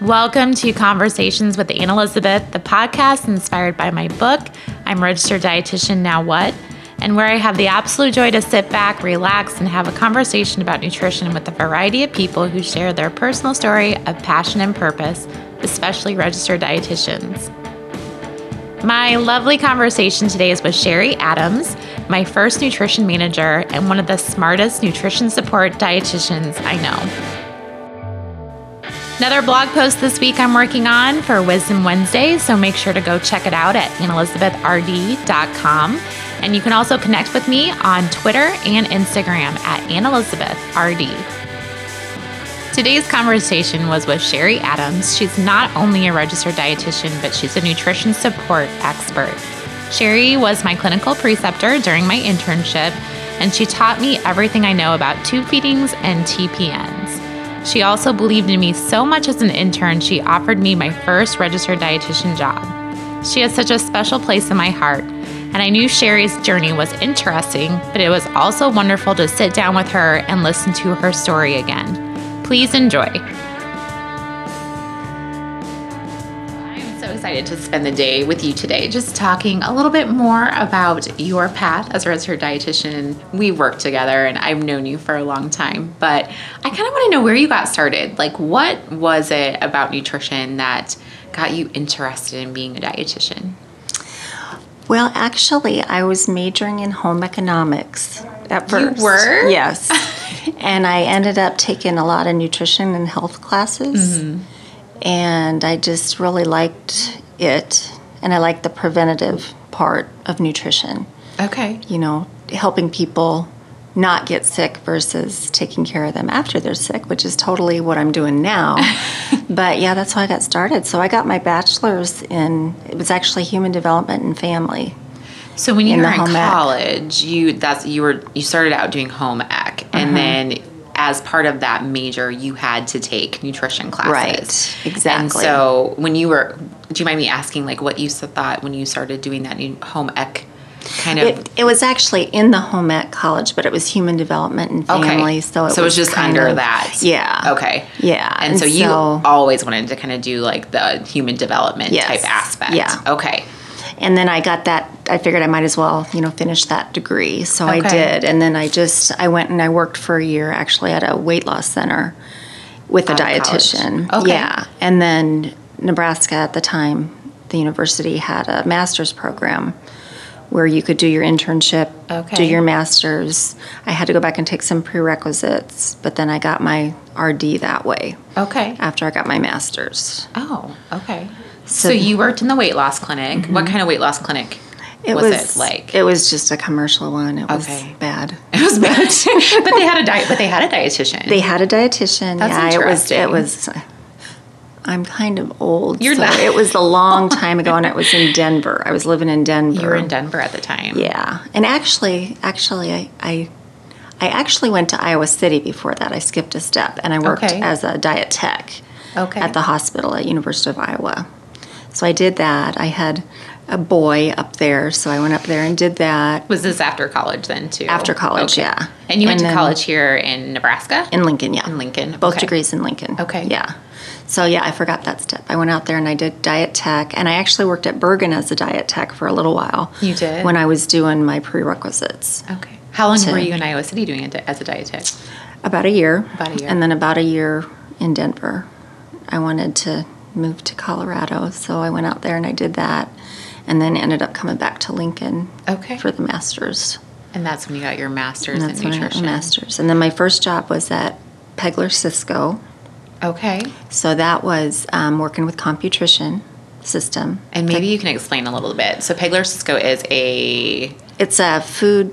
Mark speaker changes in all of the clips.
Speaker 1: Welcome to Conversations with Anne Elizabeth, the podcast inspired by my book, I'm Registered Dietitian Now What, and where I have the absolute joy to sit back, relax, and have a conversation about nutrition with a variety of people who share their personal story of passion and purpose, especially registered dietitians. My lovely conversation today is with Sherry Adams, my first nutrition manager and one of the smartest nutrition support dietitians I know. Another blog post this week I'm working on for Wisdom Wednesday, so make sure to go check it out at annelizabethrd.com. And you can also connect with me on Twitter and Instagram at annelizabethrd. Today's conversation was with Sherry Adams. She's not only a registered dietitian, but she's a nutrition support expert. Sherry was my clinical preceptor during my internship, and she taught me everything I know about tube feedings and TPNs. She also believed in me so much as an intern, she offered me my first registered dietitian job. She has such a special place in my heart, and I knew Sherry's journey was interesting, but it was also wonderful to sit down with her and listen to her story again. Please enjoy. I'm so excited to spend the day with you today, just talking a little bit more about your path as a registered dietitian. We work together and I've known you for a long time, but I kind of want to know where you got started. Like, what was it about nutrition that got you interested in being a dietitian?
Speaker 2: Well, actually, I was majoring in home economics at
Speaker 1: You
Speaker 2: first.
Speaker 1: were?
Speaker 2: Yes. and I ended up taking a lot of nutrition and health classes.
Speaker 1: Mm-hmm.
Speaker 2: And I just really liked it. And I liked the preventative part of nutrition,
Speaker 1: Okay.
Speaker 2: you know, helping people not get sick versus taking care of them after they're sick, which is totally what I'm doing now. but yeah, that's how I got started. So I got my bachelor's in, it was actually human development and family.
Speaker 1: So when you
Speaker 2: in
Speaker 1: were
Speaker 2: the
Speaker 1: in
Speaker 2: home ec.
Speaker 1: college, you that's you were you started out doing home ec,
Speaker 2: Mm-hmm.
Speaker 1: and then as part of that major, you had to take nutrition classes.
Speaker 2: Right, exactly.
Speaker 1: And so when you were, do you mind me asking, like, what you s- thought when you started doing that new home ec kind of?
Speaker 2: It, it was actually in the home ec college, but it was human development and
Speaker 1: Okay.
Speaker 2: family. So it
Speaker 1: So it was
Speaker 2: was
Speaker 1: just
Speaker 2: kind
Speaker 1: under
Speaker 2: of-
Speaker 1: that.
Speaker 2: Yeah.
Speaker 1: Okay.
Speaker 2: Yeah,
Speaker 1: And,
Speaker 2: and
Speaker 1: so, you
Speaker 2: so-
Speaker 1: always wanted to kind of do like the human development
Speaker 2: Yes,
Speaker 1: type aspect.
Speaker 2: yeah.
Speaker 1: Okay.
Speaker 2: And then I got that. I figured I might as well, you know, finish that degree. So I
Speaker 1: Okay.
Speaker 2: did. And then I just I went and I worked for a year actually at a weight loss center with a
Speaker 1: Out of college.
Speaker 2: dietitian.
Speaker 1: Okay.
Speaker 2: Yeah. And then Nebraska at the time, the university had a master's program where you could do your internship, do
Speaker 1: Okay.
Speaker 2: your master's. I had to go back and take some prerequisites, but then I got my RD that way
Speaker 1: Okay.
Speaker 2: after I got my master's.
Speaker 1: Oh, okay. So,
Speaker 2: So-
Speaker 1: you worked in the weight loss clinic. What kind of weight loss clinic was, it like?
Speaker 2: It was just a commercial one. It was
Speaker 1: Okay.
Speaker 2: bad.
Speaker 1: It was bad. but they had a diet. But they had a dietitian.
Speaker 2: They had a dietitian.
Speaker 1: That's
Speaker 2: yeah,
Speaker 1: interesting.
Speaker 2: it was it was I'm kind of old.
Speaker 1: You're
Speaker 2: so
Speaker 1: not.
Speaker 2: it was a long time ago and it was in Denver. I was living in Denver.
Speaker 1: you were in Denver at the time.
Speaker 2: Yeah. And actually actually I, I I actually went to Iowa City before that. I skipped a step and I worked
Speaker 1: Okay.
Speaker 2: as a diet tech
Speaker 1: Okay.
Speaker 2: at the hospital at University of Iowa. So I did that. I had a boy up there, so I went up there and did that.
Speaker 1: was this after college then too?
Speaker 2: After college,
Speaker 1: Okay.
Speaker 2: yeah.
Speaker 1: And you went to
Speaker 2: then
Speaker 1: college here in Nebraska.
Speaker 2: in Lincoln, yeah.
Speaker 1: In Lincoln.
Speaker 2: Both
Speaker 1: Okay.
Speaker 2: degrees in Lincoln.
Speaker 1: Okay.
Speaker 2: Yeah. So yeah, I forgot that step. I went out there and I did diet tech, and I actually worked at Bergen as a diet tech for a little while.
Speaker 1: You did?
Speaker 2: when I was doing my prerequisites,
Speaker 1: Okay. How long
Speaker 2: To-
Speaker 1: were you in Iowa City doing it as a dietetic?
Speaker 2: about a year.
Speaker 1: About a year.
Speaker 2: And then about a year in Denver. I wanted to move to Colorado, so I went out there and I did that, and then ended up coming back to Lincoln
Speaker 1: Okay.
Speaker 2: for the masters.
Speaker 1: and that's when you got your master's
Speaker 2: And that's
Speaker 1: in
Speaker 2: when I got
Speaker 1: nutrition.
Speaker 2: my master's, and then my first job was at Pegler Cisco.
Speaker 1: Okay.
Speaker 2: So that was um, working with Computrition system.
Speaker 1: And maybe you can explain a little bit. So Pegler Cisco is a
Speaker 2: It's a food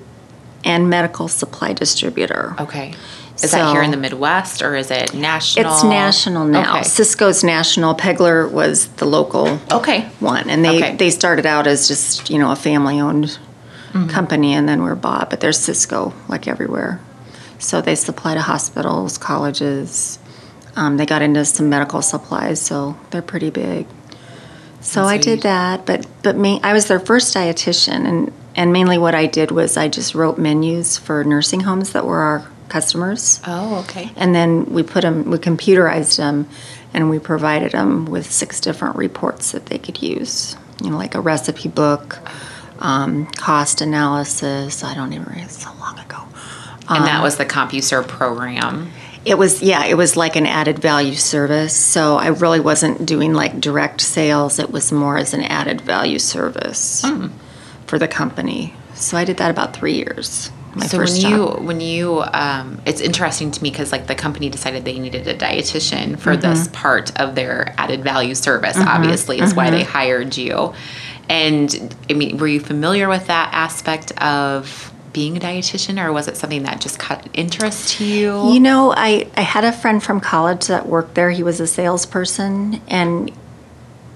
Speaker 2: and medical supply distributor.
Speaker 1: okay. Is that here
Speaker 2: So-
Speaker 1: in the Midwest or is it national?
Speaker 2: It's national now.
Speaker 1: Okay.
Speaker 2: Cisco's national. Pegler was the local
Speaker 1: okay.
Speaker 2: one, and they
Speaker 1: Okay.
Speaker 2: they started out as just you know a family owned company, and then were bought. But there's Cisco like everywhere, so they supply to hospitals, colleges. Um, they got into some medical supplies, so they're pretty big. So I
Speaker 1: you-
Speaker 2: did that, but but me, I was their first dietitian, and and mainly what I did was I just wrote menus for nursing homes that were our customers
Speaker 1: Oh, okay.
Speaker 2: and then we put them we computerized them and we provided them with six different reports that they could use. You know, like a recipe book, um, cost analysis. I don't even remember, it's so long ago. Um,
Speaker 1: And that was the CompuServe program.
Speaker 2: It was, yeah, it was like an added value service. So I really wasn't doing like direct sales, it was more as an added value service
Speaker 1: Hmm.
Speaker 2: for the company. So I did that about three years. My
Speaker 1: so
Speaker 2: first
Speaker 1: when
Speaker 2: job.
Speaker 1: you when you um, it's interesting to me because like the company decided they needed a dietitian for
Speaker 2: Mm-hmm.
Speaker 1: this part of their added value service obviously is why they
Speaker 2: Mm-hmm.
Speaker 1: hired you and i mean were you familiar with that aspect of being a dietitian or was it something that just caught interest to you
Speaker 2: You know, I, I had a friend from college that worked there. He was a salesperson, and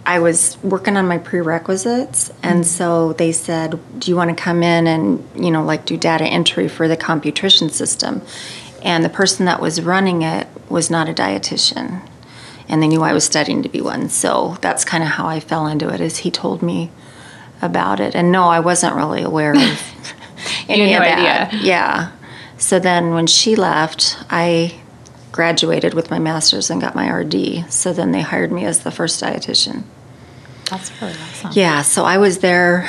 Speaker 2: I was working on my prerequisites. And so they said, Do you want to come in and, you know, like do data entry for the computrition system? And the person that was running it was not a dietitian. And they knew I was studying to be one. So that's kind of how I fell into it, is he told me about it. And no, I wasn't really aware of
Speaker 1: You had
Speaker 2: any of
Speaker 1: no
Speaker 2: that. Yeah. So then when she left, I graduated with my master's and got my RD. So then they hired me as the first dietitian.
Speaker 1: that's really awesome
Speaker 2: Yeah. So I was there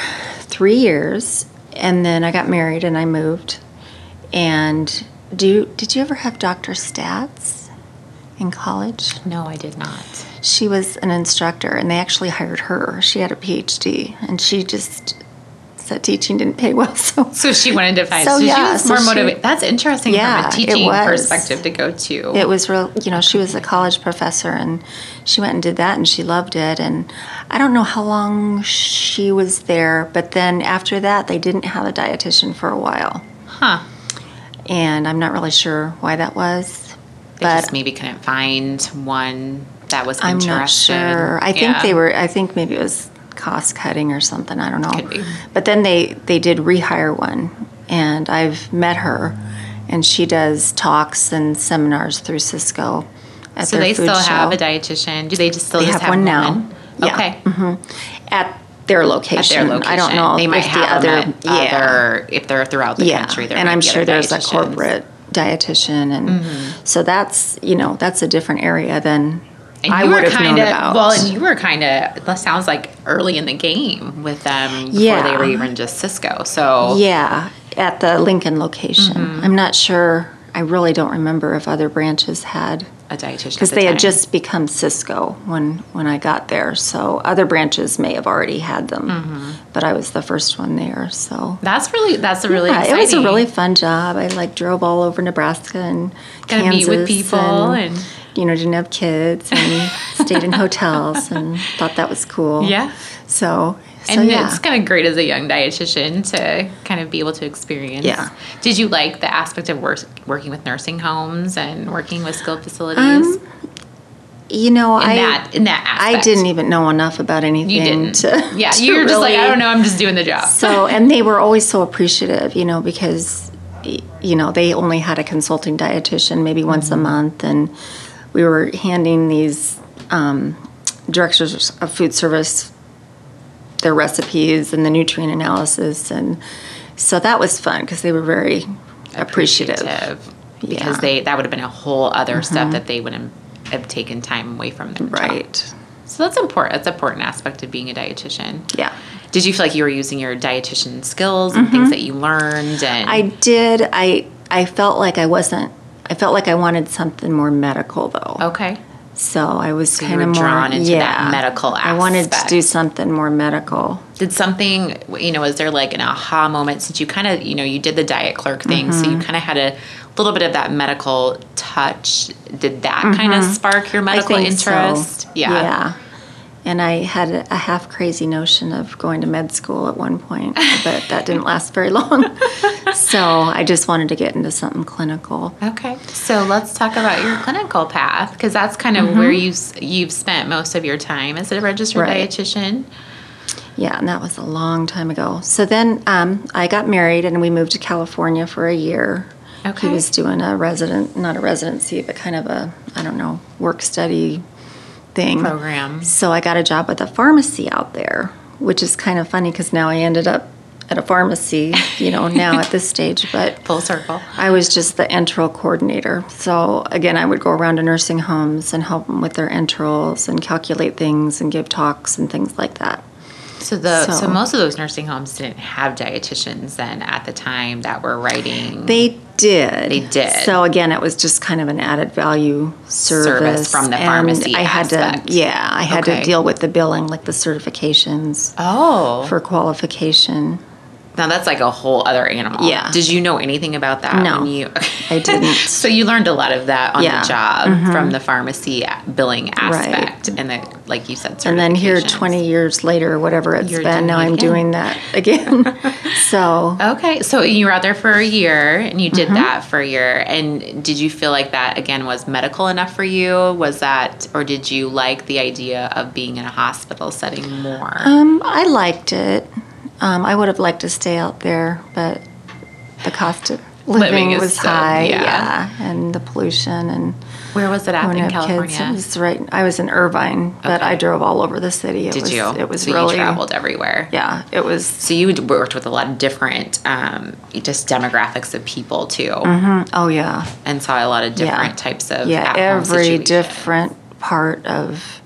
Speaker 2: three years and then I got married and I moved. And do you, did you ever have Dr. Stats in college?
Speaker 1: no i did not
Speaker 2: She was an instructor and they actually hired her. She had a PhD and she just said teaching didn't pay well. So
Speaker 1: so she wanted to find
Speaker 2: So,
Speaker 1: so,
Speaker 2: yeah,
Speaker 1: she was
Speaker 2: so
Speaker 1: more
Speaker 2: she-
Speaker 1: motivated that's interesting
Speaker 2: Yeah, it
Speaker 1: from a teaching
Speaker 2: was.
Speaker 1: perspective to go to
Speaker 2: it was real you know she was a college professor and she went and did that and she loved it and i don't know how long she was there but then after that they didn't have a dietitian for a while
Speaker 1: huh
Speaker 2: and i'm not really sure why that was
Speaker 1: They just maybe couldn't find one that was
Speaker 2: i'm
Speaker 1: interested.
Speaker 2: not sure i think
Speaker 1: Yeah.
Speaker 2: they were i think maybe it was cost cutting or something i don't know
Speaker 1: Could be.
Speaker 2: but then they they did rehire one and i've met her and she does talks and seminars through cisco at
Speaker 1: So
Speaker 2: their
Speaker 1: they
Speaker 2: food
Speaker 1: still
Speaker 2: show.
Speaker 1: have a dietitian. Do they just still
Speaker 2: They
Speaker 1: just
Speaker 2: have one now. Yeah.
Speaker 1: Okay,
Speaker 2: at their location.
Speaker 1: their location.
Speaker 2: I don't know.
Speaker 1: They
Speaker 2: if
Speaker 1: might
Speaker 2: the
Speaker 1: have
Speaker 2: other,
Speaker 1: them at other if they're throughout the
Speaker 2: yeah,
Speaker 1: country. There
Speaker 2: and
Speaker 1: might
Speaker 2: I'm
Speaker 1: be
Speaker 2: sure
Speaker 1: other
Speaker 2: there's a
Speaker 1: dietitians. Mm-hmm.
Speaker 2: corporate dietitian, and so that's you know that's a different area than
Speaker 1: And
Speaker 2: I
Speaker 1: you were
Speaker 2: would have known
Speaker 1: kinda-
Speaker 2: about.
Speaker 1: Well, and you were kind of that sounds like early in the game with them before
Speaker 2: Yeah.
Speaker 1: they were even just Cisco. So
Speaker 2: yeah, at the Lincoln location.
Speaker 1: Mm-hmm.
Speaker 2: I'm not sure. I really don't remember if other branches had
Speaker 1: a dietitian
Speaker 2: because
Speaker 1: at the
Speaker 2: they had
Speaker 1: time.
Speaker 2: just become Cisco when when I got there. So other branches may have already had them,
Speaker 1: Mm-hmm.
Speaker 2: but I was the first one there. So
Speaker 1: That's really that's a really
Speaker 2: Yeah, it was a
Speaker 1: exciting.
Speaker 2: really fun job. I like drove all over Nebraska and
Speaker 1: Gotta
Speaker 2: Kansas
Speaker 1: meet with people and-
Speaker 2: you know didn't have kids and stayed in hotels and thought that was cool.
Speaker 1: Yeah.
Speaker 2: So so
Speaker 1: and
Speaker 2: yeah.
Speaker 1: Oh, it's kind of great as a young dietitian to kind of be able to experience.
Speaker 2: Yeah.
Speaker 1: Did you like the aspect of wor- working with nursing homes and working with skilled facilities? in
Speaker 2: you know Um, I
Speaker 1: that in that aspect,
Speaker 2: I didn't even know enough about anything.
Speaker 1: You didn't.
Speaker 2: To,
Speaker 1: yeah,
Speaker 2: to
Speaker 1: you were just like, I
Speaker 2: really-
Speaker 1: don't know. I'm just doing the job.
Speaker 2: So and they were always so appreciative, you know, because y- you know they only had a consulting dietitian maybe once a
Speaker 1: Mm-hmm.
Speaker 2: month, and we were handing these um, directors of food service their recipes and the nutrient analysis, and so that was fun because they were very appreciative.
Speaker 1: because
Speaker 2: Yeah. Mm-hmm.
Speaker 1: they that would have been a whole other step that they wouldn't have taken time away from their job.
Speaker 2: Right?
Speaker 1: So that's important. That's an important aspect of being a dietitian.
Speaker 2: Yeah. Mm-hmm.
Speaker 1: Did you feel like you were using your dietitian skills and things that you learned? And
Speaker 2: I did. I I felt like I wasn't. I felt like I wanted something more medical though.
Speaker 1: okay.
Speaker 2: So I was
Speaker 1: Oh. you
Speaker 2: kind
Speaker 1: were
Speaker 2: of
Speaker 1: drawn
Speaker 2: more,
Speaker 1: into
Speaker 2: yeah,
Speaker 1: that medical
Speaker 2: I wanted to
Speaker 1: aspect.
Speaker 2: do something more medical.
Speaker 1: did something you know is there like an aha moment since you kind of you know you did the diet clerk thing so you
Speaker 2: Mm-hmm.
Speaker 1: kind of had a little bit of that medical touch did that kind of spark your medical
Speaker 2: Mm-hmm. I think so.
Speaker 1: interest yeah
Speaker 2: Yeah. And I had a, a half crazy notion of going to med school at one point, but that didn't last very long. so I just wanted to get into something clinical.
Speaker 1: okay so let's talk about your clinical path because that's kind
Speaker 2: Mm-hmm.
Speaker 1: of where you s- you've spent most of your time as a registered
Speaker 2: Right.
Speaker 1: dietitian
Speaker 2: Yeah, and that was a long time ago. So then um, I got married and we moved to California for a year.
Speaker 1: Okay.
Speaker 2: He was doing a resident, not a residency, but kind of a, I don't know, work study thing.
Speaker 1: program
Speaker 2: So I got a job with a pharmacy out there, which is kind of funny because now I ended up at a pharmacy, you know, now at this stage. But
Speaker 1: Full circle.
Speaker 2: I was just the enteral coordinator. So again, I would go around to nursing homes and help them with their enterals and calculate things and give talks and things like that.
Speaker 1: So the so,
Speaker 2: So-
Speaker 1: most of those nursing homes didn't have dietitians then at the time that were writing
Speaker 2: They did.
Speaker 1: They did.
Speaker 2: So again, it was just kind of an added value service,
Speaker 1: Service from the
Speaker 2: and
Speaker 1: pharmacy
Speaker 2: I had
Speaker 1: aspect.
Speaker 2: to, yeah, I had
Speaker 1: Okay.
Speaker 2: to deal with the billing, like the certifications
Speaker 1: Oh,
Speaker 2: for qualification.
Speaker 1: now that's like a whole other animal.
Speaker 2: Yeah.
Speaker 1: Did you know anything about that?
Speaker 2: No,
Speaker 1: when you,
Speaker 2: I didn't.
Speaker 1: so you learned a lot of that on
Speaker 2: Yeah. Mm-hmm.
Speaker 1: the job from the pharmacy billing aspect, and the like you said.
Speaker 2: And then here,
Speaker 1: certifications.
Speaker 2: 20 years later, whatever it's
Speaker 1: You're doing
Speaker 2: been, now
Speaker 1: it
Speaker 2: I'm
Speaker 1: again.
Speaker 2: doing that again. so
Speaker 1: Okay, so you were out there for a year, and you did
Speaker 2: Mm-hmm.
Speaker 1: that for a year. And did you feel like that again was medical enough for you? Was that, or did you like the idea of being in a hospital setting more?
Speaker 2: Um, I liked it. Um, I would have liked to stay out there, but the cost of living,
Speaker 1: Living is
Speaker 2: was
Speaker 1: so-
Speaker 2: high.
Speaker 1: yeah.
Speaker 2: and the pollution and
Speaker 1: Where was it at
Speaker 2: when you
Speaker 1: in
Speaker 2: have
Speaker 1: California?
Speaker 2: Oh, kids. It was right. I was in Irvine, but I drove all over the city. It
Speaker 1: did
Speaker 2: was,
Speaker 1: you?
Speaker 2: It was
Speaker 1: so you
Speaker 2: really
Speaker 1: traveled everywhere.
Speaker 2: yeah. It was
Speaker 1: So you worked with a lot of different, um, just demographics of people too,
Speaker 2: oh yeah
Speaker 1: and saw a lot of
Speaker 2: yeah
Speaker 1: different types of
Speaker 2: yeah
Speaker 1: at-home
Speaker 2: every
Speaker 1: situations.
Speaker 2: different part of.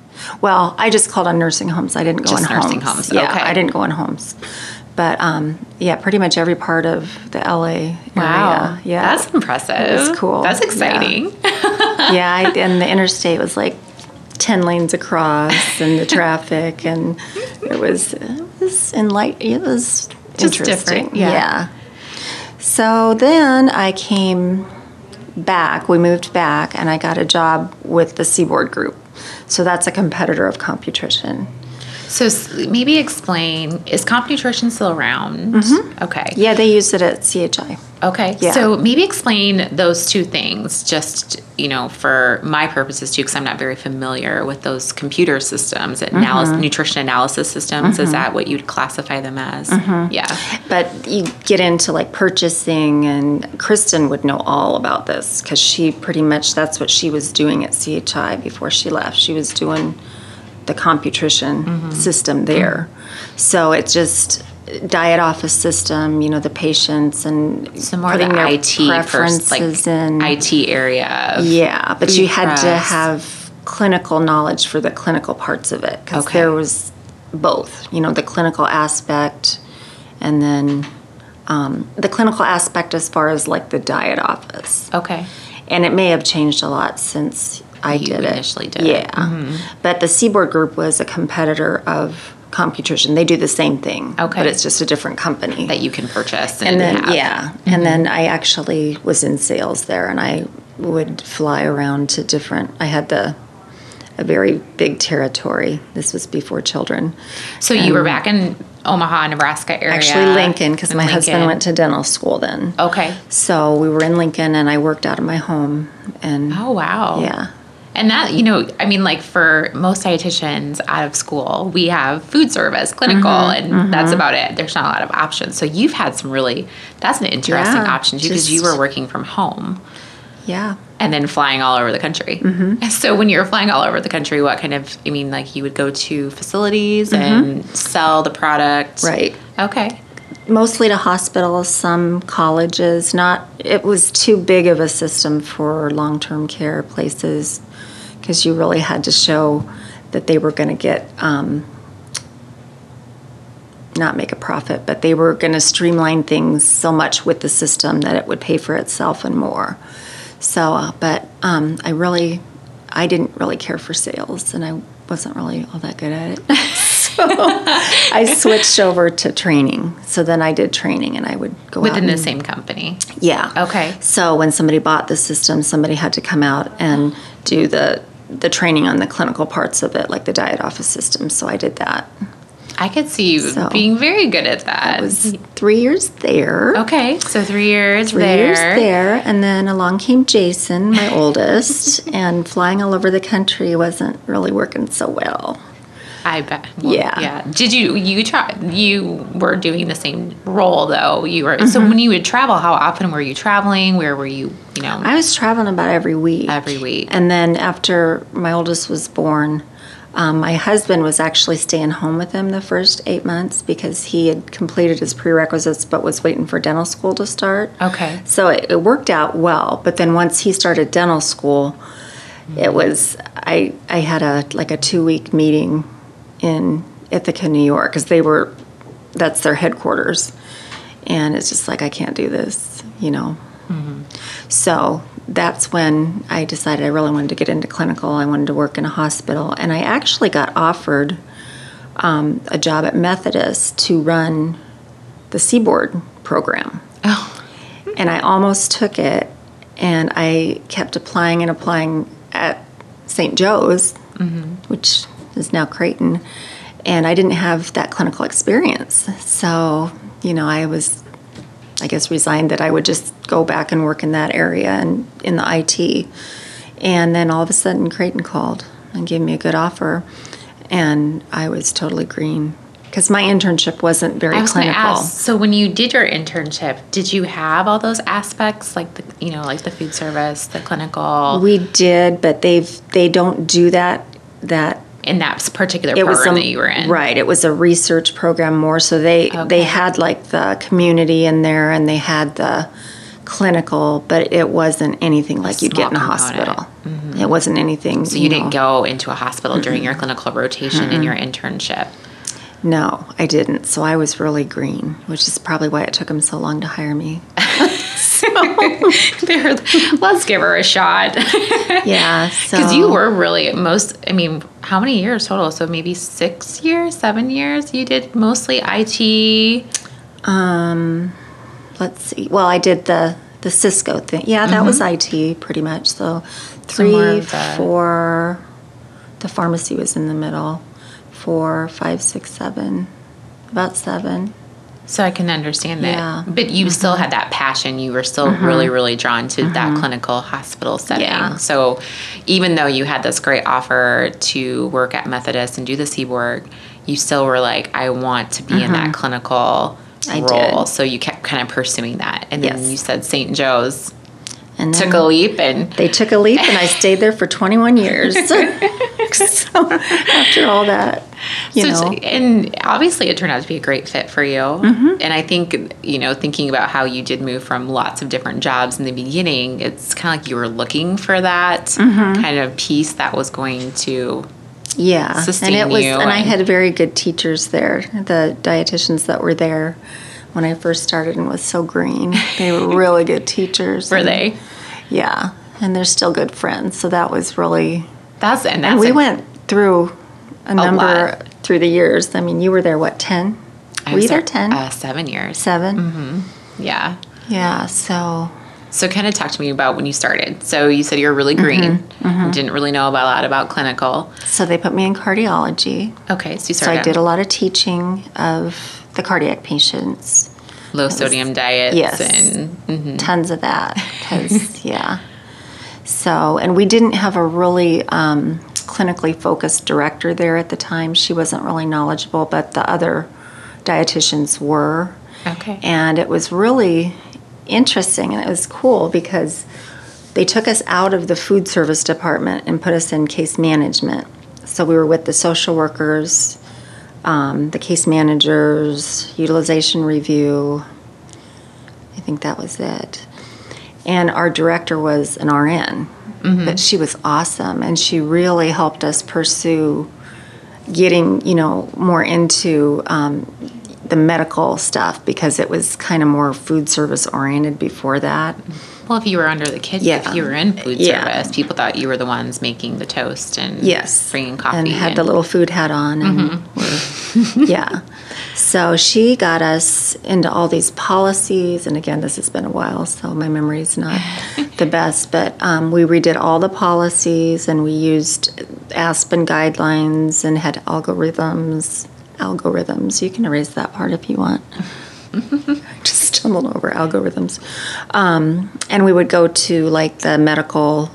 Speaker 2: Well, I just called on nursing homes. I didn't go
Speaker 1: Just
Speaker 2: in
Speaker 1: nursing homes,
Speaker 2: homes. Yeah,
Speaker 1: okay.
Speaker 2: I didn't go in homes, but um, yeah, pretty much every part of the LA
Speaker 1: Wow,
Speaker 2: area. Yeah,
Speaker 1: that's impressive.
Speaker 2: was cool.
Speaker 1: That's
Speaker 2: Yeah.
Speaker 1: exciting.
Speaker 2: yeah, I, and the interstate was like ten lanes across, and the traffic, and it was it was enlight. It was
Speaker 1: Just
Speaker 2: interesting.
Speaker 1: different, yeah.
Speaker 2: So then I came back. We moved back, and I got a job with the Seaboard Group. So that's a competitor of Computrition.
Speaker 1: So s- maybe explain is comp nutrition still around? Okay.
Speaker 2: Mm-hmm. Yeah, they use it at CHI.
Speaker 1: Okay.
Speaker 2: Yeah.
Speaker 1: So maybe explain those two things just, you know, for my purposes too, because I'm not very familiar with those computer systems, analysis,
Speaker 2: Mm-hmm.
Speaker 1: nutrition analysis systems. Is that what you'd classify them as?
Speaker 2: Mm-hmm.
Speaker 1: Yeah.
Speaker 2: But you get into like purchasing, and Kristen would know all about this because she pretty much that's what she was doing at CHI before she left. She was doing the computrition
Speaker 1: Mm-hmm.
Speaker 2: system there. So it's just diet office system, you know, the patients and
Speaker 1: So more
Speaker 2: putting
Speaker 1: the
Speaker 2: their
Speaker 1: IT first, like
Speaker 2: preferences in.
Speaker 1: IT area. of-
Speaker 2: Yeah, but you had to
Speaker 1: press.
Speaker 2: have clinical knowledge for the clinical parts of it because
Speaker 1: Okay.
Speaker 2: there was both, you know, the clinical aspect and then um, the clinical aspect as far as like the diet office.
Speaker 1: Okay.
Speaker 2: And it may have changed a lot since I
Speaker 1: You
Speaker 2: did it.
Speaker 1: initially did it. Mm-hmm.
Speaker 2: Yeah. But the Seaboard Group was a competitor of Computrition. They do the same thing,
Speaker 1: Okay.
Speaker 2: but it's just a different company
Speaker 1: That you can purchase
Speaker 2: and then
Speaker 1: have. Mm-hmm.
Speaker 2: yeah and then i actually was in sales there and i would fly around to different i had the a very big territory this was before children
Speaker 1: So you were back in Omaha, Nebraska area.
Speaker 2: um, actually lincoln because
Speaker 1: In
Speaker 2: my husband
Speaker 1: Lincoln. Oh.
Speaker 2: went to dental school then
Speaker 1: Okay.
Speaker 2: so we were in lincoln and i worked out of my home and
Speaker 1: Oh wow.
Speaker 2: yeah
Speaker 1: And that, you know, I mean, like for most dietitians out of school, we have food service, clinical, and
Speaker 2: Mm-hmm,
Speaker 1: that's about it. There's not a lot of options. So you've had some really, that's an interesting
Speaker 2: Yeah,
Speaker 1: option too, because you
Speaker 2: just-
Speaker 1: were working from home
Speaker 2: yeah
Speaker 1: and then flying all over the country.
Speaker 2: Mm-hmm.
Speaker 1: So when you were flying all over the country, what kind of, I mean, like you would go to facilities and sell the product.
Speaker 2: Mm-hmm. right
Speaker 1: Okay.
Speaker 2: mostly to hospitals, some colleges. Not it was too big of a system for long-term care places because you really had to show that they were going to get um, not make a profit, but they were going to streamline things so much with the system that it would pay for itself and more. So, uh, but um, I really, I didn't really care for sales, and I wasn't really all that good at it. I switched over to training. So then I did training and I would go out
Speaker 1: Within
Speaker 2: and-
Speaker 1: the same company.
Speaker 2: Yeah.
Speaker 1: Okay.
Speaker 2: So when somebody bought the system, somebody had to come out and do the the training on the clinical parts of it, like the diet office system. So I did that.
Speaker 1: I could see you
Speaker 2: So-
Speaker 1: being very good at that.
Speaker 2: I was three years there.
Speaker 1: okay. So three years
Speaker 2: Three
Speaker 1: there.
Speaker 2: years there. And then along came Jason, my oldest, and flying all over the country wasn't really working so well.
Speaker 1: I bet. Well,
Speaker 2: Yeah.
Speaker 1: Yeah. Did you you try you were doing the same role though. You were
Speaker 2: Mm-hmm.
Speaker 1: so when you would travel, how often were you traveling? Where were you, you know,
Speaker 2: I was traveling about every week.
Speaker 1: every week?
Speaker 2: And then after my oldest was born, Um, my husband was actually staying home with them the first eight months because he had completed his prerequisites but was waiting for dental school to start.
Speaker 1: Okay.
Speaker 2: So it, it worked out well. But then once he started dental school, it was I I had a like a two week meeting in Ithaca, New York, because they were that's their headquarters, and it's just like I can't do this, you know. So that's when I decided I really wanted to get into clinical. I wanted to work in a hospital, and I actually got offered um, a job at Methodist to run the Seaboard program.
Speaker 1: Oh.
Speaker 2: And I almost took it, and I kept applying and applying at St. Joe's,
Speaker 1: Mm-hmm.
Speaker 2: which is now Creighton. And I didn't have that clinical experience. So, you know, I was I guess resigned that I would just go back and work in that area and in the IT. And then all of a sudden, Creighton called and gave me a good offer, and I was totally green because my internship wasn't very
Speaker 1: I was going to
Speaker 2: clinical.
Speaker 1: ask. So, when you did your internship, did you have all those aspects, like the, you know, like the food service, the clinical,
Speaker 2: We did, but they've they don't do that that
Speaker 1: in that particular
Speaker 2: Mm-hmm. it
Speaker 1: program
Speaker 2: was some-
Speaker 1: that you were in?
Speaker 2: Right. It was a research program more. So they
Speaker 1: Okay.
Speaker 2: they had like the community in there and they had the clinical, but it wasn't anything like you'd
Speaker 1: small
Speaker 2: get in a
Speaker 1: component. Mm-hmm.
Speaker 2: hospital. It wasn't anything.
Speaker 1: So you didn't go into a hospital during your clinical rotation and your internship.
Speaker 2: No, I didn't. So I was really green, which is probably why it took them so long to hire me.
Speaker 1: They're- Let's give her a shot.
Speaker 2: Yeah. So
Speaker 1: Because you were really most, I mean, how many years total? So maybe six years, seven years? You did mostly IT.
Speaker 2: let's see. Well, I did the the Cisco thing. Yeah, that
Speaker 1: Mm-hmm.
Speaker 2: was IT pretty much. So
Speaker 1: more
Speaker 2: three,
Speaker 1: of the-
Speaker 2: four. The pharmacy was in the middle. Four, five, six, seven. About seven.
Speaker 1: So I can understand that.
Speaker 2: Yeah. Mm-hmm.
Speaker 1: But you still had that passion. You were still really, really drawn to that clinical hospital setting.
Speaker 2: Yeah.
Speaker 1: So even though you had this great offer to work at Methodist and do the C work, you still were like, I want to be in that clinical
Speaker 2: Mm-hmm. I
Speaker 1: role.
Speaker 2: did.
Speaker 1: So you kept kind of pursuing that. And then
Speaker 2: Yes.
Speaker 1: you said St. Joe's
Speaker 2: And then
Speaker 1: took a leap and
Speaker 2: they took a leap, and I stayed there for 21 years. so after all that, you
Speaker 1: so,
Speaker 2: know. Mm-hmm.
Speaker 1: it's- and obviously it turned out to be a great fit for you. And I think, you know, thinking about how you did move from lots of different jobs in the beginning, it's kind of like you were looking for that
Speaker 2: Mm-hmm.
Speaker 1: kind of piece that was going to.
Speaker 2: yeah
Speaker 1: sustain
Speaker 2: and it was
Speaker 1: you
Speaker 2: and, i
Speaker 1: and-
Speaker 2: had very good teachers there the dietitians that were there when i first started and was so green they were really good teachers
Speaker 1: Were
Speaker 2: and-
Speaker 1: they?
Speaker 2: yeah and they're still good friends so that was really
Speaker 1: That's and that's
Speaker 2: we
Speaker 1: a-
Speaker 2: went through a, number
Speaker 1: lot.
Speaker 2: through the years i mean you were there what
Speaker 1: I
Speaker 2: 10 were
Speaker 1: was
Speaker 2: you there Mm-hmm.
Speaker 1: at, Uh,
Speaker 2: 10
Speaker 1: seven years.
Speaker 2: 7
Speaker 1: Yeah.
Speaker 2: yeah so
Speaker 1: So, kind of talk to me about when you started. So, you said you were
Speaker 2: Mm-hmm.
Speaker 1: really green, you didn't really know about, a lot about clinical.
Speaker 2: so they put me in cardiology
Speaker 1: Okay, so you
Speaker 2: so
Speaker 1: started
Speaker 2: i did a lot of teaching of the cardiac patients
Speaker 1: low sodium diets.
Speaker 2: Yes.
Speaker 1: And
Speaker 2: tons of that because yeah so and we didn't have a really um, clinically focused director there at the time she wasn't really knowledgeable but the other dietitians were
Speaker 1: okay,
Speaker 2: and it was really interesting and it was cool because they took us out of the food service department and put us in case management. So we were with the social workers, um, the case managers, utilization review. I think that was it. And our director was an RN, but she was awesome and she really helped us pursue getting you know more into um, the medical stuff because it was kind of more food service oriented before that.
Speaker 1: Well, if you were under the kitchen,
Speaker 2: Yeah.
Speaker 1: if you were in food
Speaker 2: Yeah.
Speaker 1: service, people thought you were the ones making the toast and
Speaker 2: Yes.
Speaker 1: bringing coffee.
Speaker 2: and had the little food hat on and were- yeah so she got us into all these policies and again this has been a while so my memory's not the best but um, we redid all the policies and we used aspen guidelines and had algorithms algorithms you can erase that part if you want just stumbled over algorithms um, and we would go to like the medical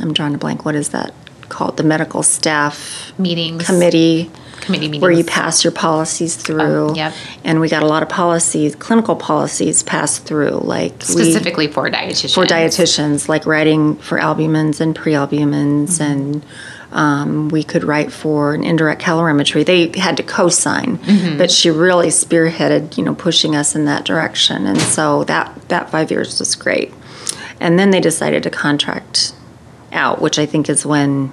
Speaker 2: I'm drawing a blank. What is that called? The medical staff
Speaker 1: meetings,
Speaker 2: committee
Speaker 1: committee meetings. Oh,
Speaker 2: where you pass your policies through.
Speaker 1: yep.
Speaker 2: And we got a lot of policies, clinical policies passed through, like we-
Speaker 1: specifically for dietitians.
Speaker 2: for dietitians, like writing for albumins and prealbumins, and um, we could write for an indirect calorimetry. They had to co-sign, but she really spearheaded, you know, pushing us in that direction. And so that that five years was great. And then they decided to contract out, which I think is when.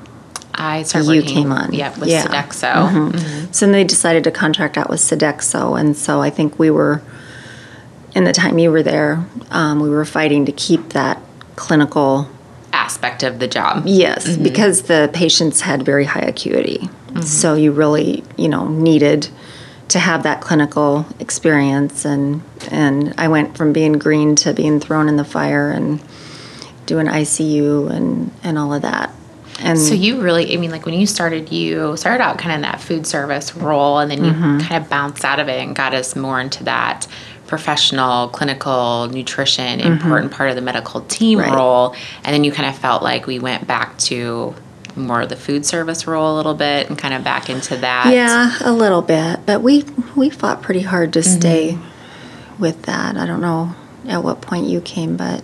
Speaker 1: I started
Speaker 2: You
Speaker 1: working,
Speaker 2: came on.
Speaker 1: Yep, with
Speaker 2: Yeah. Mm-hmm.
Speaker 1: Sodexo.
Speaker 2: So then they decided to contract out with Sodexo, and so I think we were. In the time you were there, um, we were fighting to keep that clinical
Speaker 1: Aspect of the job.
Speaker 2: Yes,
Speaker 1: Mm-hmm.
Speaker 2: because the patients had very high acuity. So you really, you know, needed to have that clinical experience and and I went from being green to being thrown in the fire and doing ICU and and all of that. And
Speaker 1: So you really, I mean, like when you started, you started out kind of in that food service role, and then you
Speaker 2: Mm-hmm.
Speaker 1: kind of bounced out of it and got us more into that professional, clinical, nutrition, important part of the medical team
Speaker 2: Mm-hmm. Right.
Speaker 1: role. And then you kind of felt like we went back to more of the food service role a little bit and kind of back into that.
Speaker 2: yeah, a little bit, but we we fought pretty hard to
Speaker 1: Mm-hmm.
Speaker 2: stay with that. I don't know at what point you came, but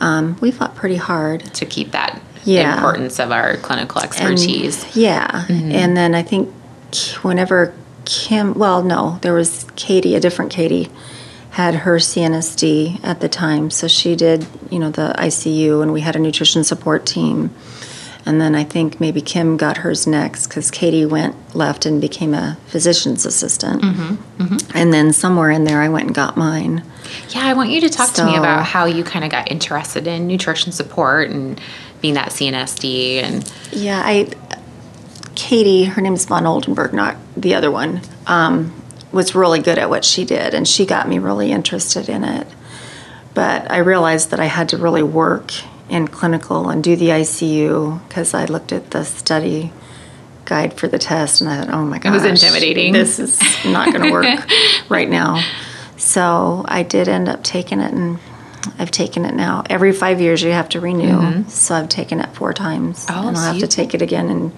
Speaker 2: um, we fought pretty hard.
Speaker 1: To keep that
Speaker 2: Yeah.
Speaker 1: importance of our clinical expertise.
Speaker 2: Yeah, and then I think K- whenever Kim, well, no, there was Katie, a different Katie, had her CNSD at the time, so she did, you know, the ICU, and we had a nutrition support team, and then I think maybe Kim got hers next because Katie went left and became a physician's assistant, and then somewhere in there I went and got mine.
Speaker 1: Yeah, I want you to talk to me
Speaker 2: So-
Speaker 1: about how you kind of got interested in nutrition support and being that CNSD and
Speaker 2: Yeah, I. Katie, her name's Von Oldenburg, not the other one, um, was really good at what she did, and she got me really interested in it. But I realized that I had to really work in clinical and do the ICU because I looked at the study guide for the test and I thought, oh my gosh.
Speaker 1: was intimidating.
Speaker 2: This is not going to work right now. So I did end up taking it, and I've taken it now. Every five years, you have to renew. So I've taken it four times.
Speaker 1: Mm-hmm. Oh,
Speaker 2: and I'll
Speaker 1: so
Speaker 2: have
Speaker 1: you-
Speaker 2: to take it again in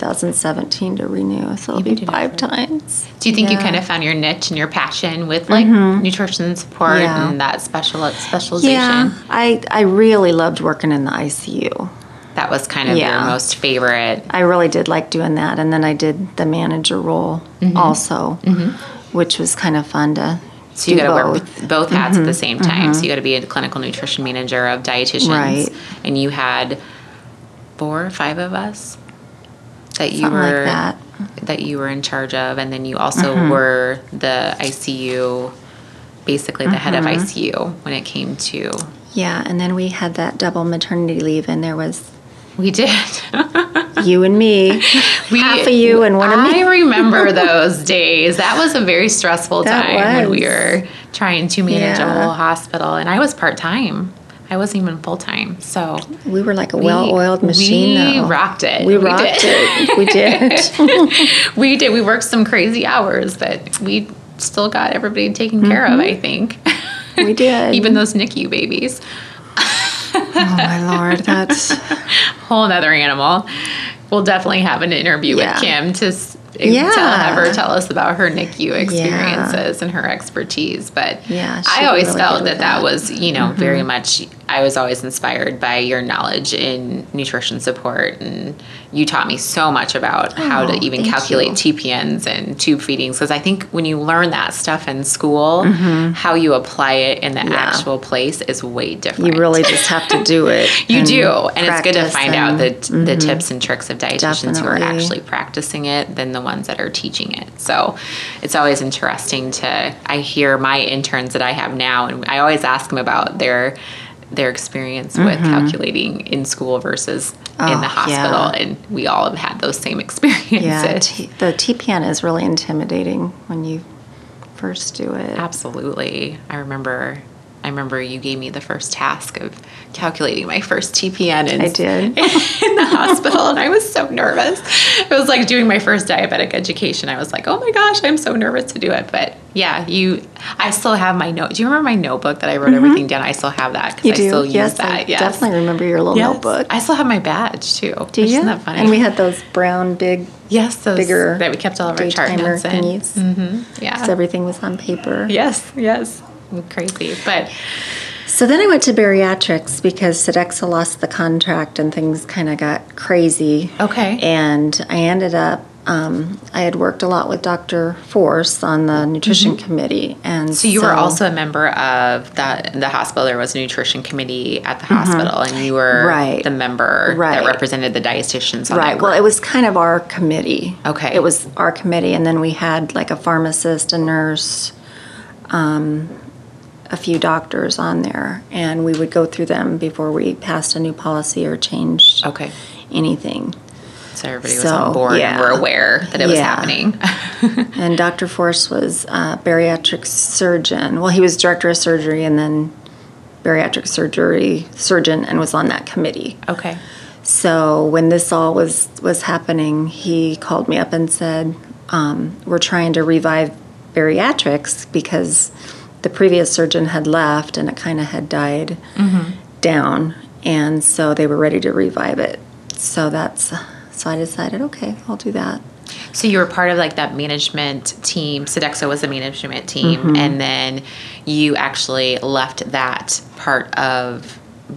Speaker 2: 2017 to renew. So it'll be
Speaker 1: doing it
Speaker 2: five times.
Speaker 1: Do you think you
Speaker 2: Yeah. Mm-hmm.
Speaker 1: kind of found your niche and your passion with like nutrition and support
Speaker 2: Yeah.
Speaker 1: and that special uh, specialization?
Speaker 2: Yeah, I, I really loved working in the ICU.
Speaker 1: That was kind of your
Speaker 2: Yeah.
Speaker 1: most favorite.
Speaker 2: I really did like doing that. And then I did the manager role
Speaker 1: Mm-hmm.
Speaker 2: also, which was kind of fun to
Speaker 1: So you
Speaker 2: do
Speaker 1: got to wear
Speaker 2: both. Mm-hmm.
Speaker 1: both, both hats at the same time. So you got to be a clinical nutrition manager of dietitians,
Speaker 2: Right.
Speaker 1: and you had four or five of us that you
Speaker 2: Something like
Speaker 1: were
Speaker 2: that. Mm-hmm.
Speaker 1: that you were in charge of, and then you also were the ICU, basically the head of
Speaker 2: Mm-hmm.
Speaker 1: ICU when it came to.
Speaker 2: Yeah, and then we had that double maternity leave, and there was
Speaker 1: We did.
Speaker 2: you and me,
Speaker 1: We-
Speaker 2: half of you and one of me.
Speaker 1: I remember those days. That was a very stressful
Speaker 2: That
Speaker 1: time when we
Speaker 2: was.
Speaker 1: were trying to manage a
Speaker 2: Yeah.
Speaker 1: whole hospital, and I was part time. I wasn't even full time, so
Speaker 2: We were like a
Speaker 1: we-
Speaker 2: well-oiled machine,
Speaker 1: We
Speaker 2: though.
Speaker 1: rocked it.
Speaker 2: we rocked
Speaker 1: did.
Speaker 2: it. We did.
Speaker 1: We did. We worked some crazy hours, but we still got everybody taken care of. I think
Speaker 2: Mm-hmm. we did.
Speaker 1: even those NICU babies,
Speaker 2: oh my lord, that's
Speaker 1: whole another animal. We'll definitely have an interview
Speaker 2: Yeah.
Speaker 1: with Kim to s- tell,
Speaker 2: Yeah.
Speaker 1: have her tell us about her NICU experiences and her expertise. But
Speaker 2: Yeah, she'd
Speaker 1: I
Speaker 2: be
Speaker 1: always
Speaker 2: really
Speaker 1: felt
Speaker 2: good
Speaker 1: that that
Speaker 2: with that. Mm-hmm.
Speaker 1: was, you know, very much, I was always inspired by your knowledge in nutrition support. And you taught me so much about how to
Speaker 2: Oh,
Speaker 1: even
Speaker 2: thank
Speaker 1: calculate TPNs and tube feedings. Because I think when you learn that stuff in school,
Speaker 2: Mm-hmm.
Speaker 1: how you apply it in the actual place is way different.
Speaker 2: you really just have to do it.
Speaker 1: You do, and it's good to
Speaker 2: practice
Speaker 1: find out
Speaker 2: and-
Speaker 1: the, the tips and tricks of dietitians who are
Speaker 2: Definitely.
Speaker 1: actually practicing it than the ones that are teaching it. So it's always interesting to I hear my interns that I have now, and I always ask them about their their experience with
Speaker 2: Mm-hmm.
Speaker 1: calculating in school versus in the
Speaker 2: Oh, yeah.
Speaker 1: hospital, and we all have had those same experiences.
Speaker 2: Yeah, t- the TPN is really intimidating when you first do it.
Speaker 1: Absolutely. I remember I remember you gave me the first task of calculating my first TPN in,
Speaker 2: I did.
Speaker 1: in the hospital, and I was so nervous. It was like doing my first diabetic education. I was like, oh my gosh, I'm so nervous to do it. But yeah, you, I still have my note. Do you remember my notebook that I wrote everything down? I still have that
Speaker 2: Mm-hmm. You
Speaker 1: because I
Speaker 2: do?
Speaker 1: still use
Speaker 2: yes,
Speaker 1: that.
Speaker 2: I
Speaker 1: yes,
Speaker 2: definitely remember your little
Speaker 1: Yes.
Speaker 2: notebook.
Speaker 1: I still have my badge too.
Speaker 2: do you?
Speaker 1: Isn't that funny?
Speaker 2: And we had those brown big,
Speaker 1: yes, those
Speaker 2: bigger
Speaker 1: that we kept all of our chart
Speaker 2: daytimer
Speaker 1: notes in.
Speaker 2: thingies.
Speaker 1: Mm-hmm. Yeah.
Speaker 2: so everything was on paper.
Speaker 1: yes. Yes. Crazy, but
Speaker 2: So then I went to bariatrics because Sodexo lost the contract and things kind of got crazy.
Speaker 1: Okay.
Speaker 2: And I ended up, um, I had worked a lot with Dr. Force on the nutrition committee, and
Speaker 1: Mm-hmm. So you were also a member of that the hospital. There was a nutrition committee at the hospital, and you were
Speaker 2: Mm-hmm. Right.
Speaker 1: the member
Speaker 2: Right.
Speaker 1: that represented the dietitians. On
Speaker 2: Right.
Speaker 1: That
Speaker 2: Well,
Speaker 1: group.
Speaker 2: it was kind of our committee.
Speaker 1: Okay.
Speaker 2: It was our committee, and then we had like a pharmacist, a nurse, um, a few doctors on there, and we would go through them before we passed a new policy or changed
Speaker 1: okay.
Speaker 2: anything.
Speaker 1: So everybody was
Speaker 2: So,
Speaker 1: on board
Speaker 2: yeah.
Speaker 1: and were aware that it was
Speaker 2: Yeah.
Speaker 1: happening.
Speaker 2: And Dr. Force was a bariatric surgeon. Well, he was director of surgery and then bariatric surgery surgeon and was on that committee.
Speaker 1: okay.
Speaker 2: So when this all was was happening, he called me up and said, um, "We're trying to revive bariatrics because the previous surgeon had left and it kind of had died down, and so they were ready to revive it." So that's so I decided, okay, I'll do that.
Speaker 1: So you were part of like that management team. Sodexo was the management team,
Speaker 2: Mm-hmm.
Speaker 1: and then you actually left that part of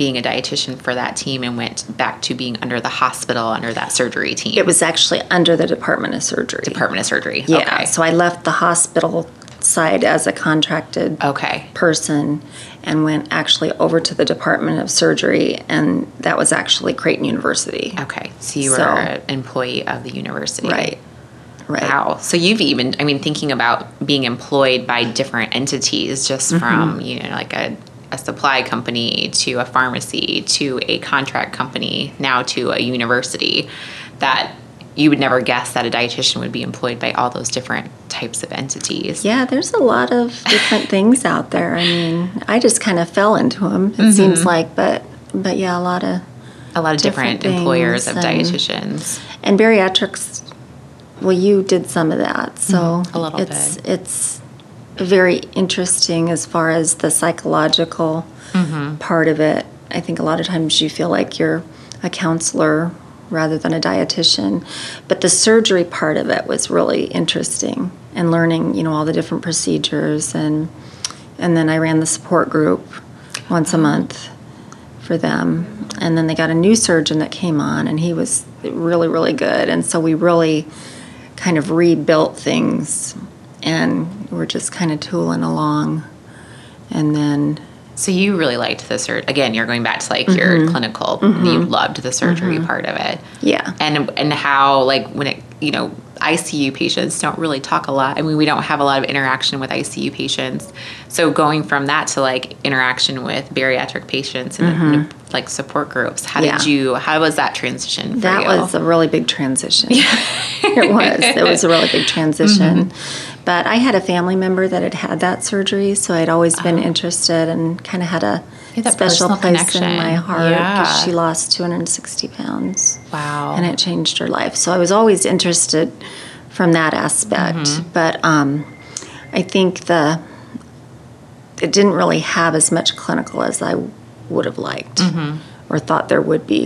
Speaker 1: being a dietitian for that team and went back to being under the hospital under that surgery team.
Speaker 2: It was actually under the Department of Surgery.
Speaker 1: Department of Surgery.
Speaker 2: yeah.
Speaker 1: Okay.
Speaker 2: So I left the hospital side as a contracted
Speaker 1: okay.
Speaker 2: person and went actually over to the Department of Surgery, and that was actually Creighton University.
Speaker 1: Okay, so you
Speaker 2: So-
Speaker 1: were an employee of the university.
Speaker 2: Right. Right.
Speaker 1: Wow. So you've even, I mean, thinking about being employed by different entities, just
Speaker 2: Mm-hmm.
Speaker 1: from, you know, like a, a supply company to a pharmacy to a contract company, now to a university, that you would never guess that a dietitian would be employed by all those different types of entities.
Speaker 2: Yeah, there's a lot of different things out there. I mean, I just kind of fell into them.
Speaker 1: Mm-hmm.
Speaker 2: It seems like, but but yeah, a lot of
Speaker 1: A lot of different,
Speaker 2: Different
Speaker 1: employers of
Speaker 2: things and-
Speaker 1: dietitians.
Speaker 2: and bariatrics. Well, you did some of that, so
Speaker 1: Mm-hmm. a little
Speaker 2: it's it's very interesting as far as the psychological
Speaker 1: Mm-hmm.
Speaker 2: part of it. I think a lot of times you feel like you're a counselor rather than a dietitian, but the surgery part of it was really interesting and learning, you know, all the different procedures and and then I ran the support group once a
Speaker 1: Mm-hmm.
Speaker 2: month for them. And then they got a new surgeon that came on, and he was really, really good. And so we really kind of rebuilt things, and we're just kind of tooling along. And then,
Speaker 1: So you really liked the surgery. Again, you're going back to like
Speaker 2: Mm-hmm.
Speaker 1: your clinical. You loved the surgery part of it.
Speaker 2: yeah,
Speaker 1: and and how like when it you know ICU patients don't really talk a lot. I mean, we don't have a lot of interaction with ICU patients. So going from that to like interaction with bariatric patients and like support groups, how
Speaker 2: Mm-hmm. Yeah.
Speaker 1: did you? How was that transition for
Speaker 2: that
Speaker 1: you?
Speaker 2: was a really big transition. it was. It was a really big transition.
Speaker 1: Mm-hmm.
Speaker 2: But I had a family member that had had that surgery, so I'd always been interested and kind of had a
Speaker 1: Yeah, Oh. that
Speaker 2: special
Speaker 1: personal
Speaker 2: place in
Speaker 1: connection.
Speaker 2: my heart because
Speaker 1: Yeah.
Speaker 2: she lost 260 pounds.
Speaker 1: wow.
Speaker 2: and it changed her life. So I was always interested from that aspect, but um, I think the it didn't really have as much clinical as I would have liked or thought there would be.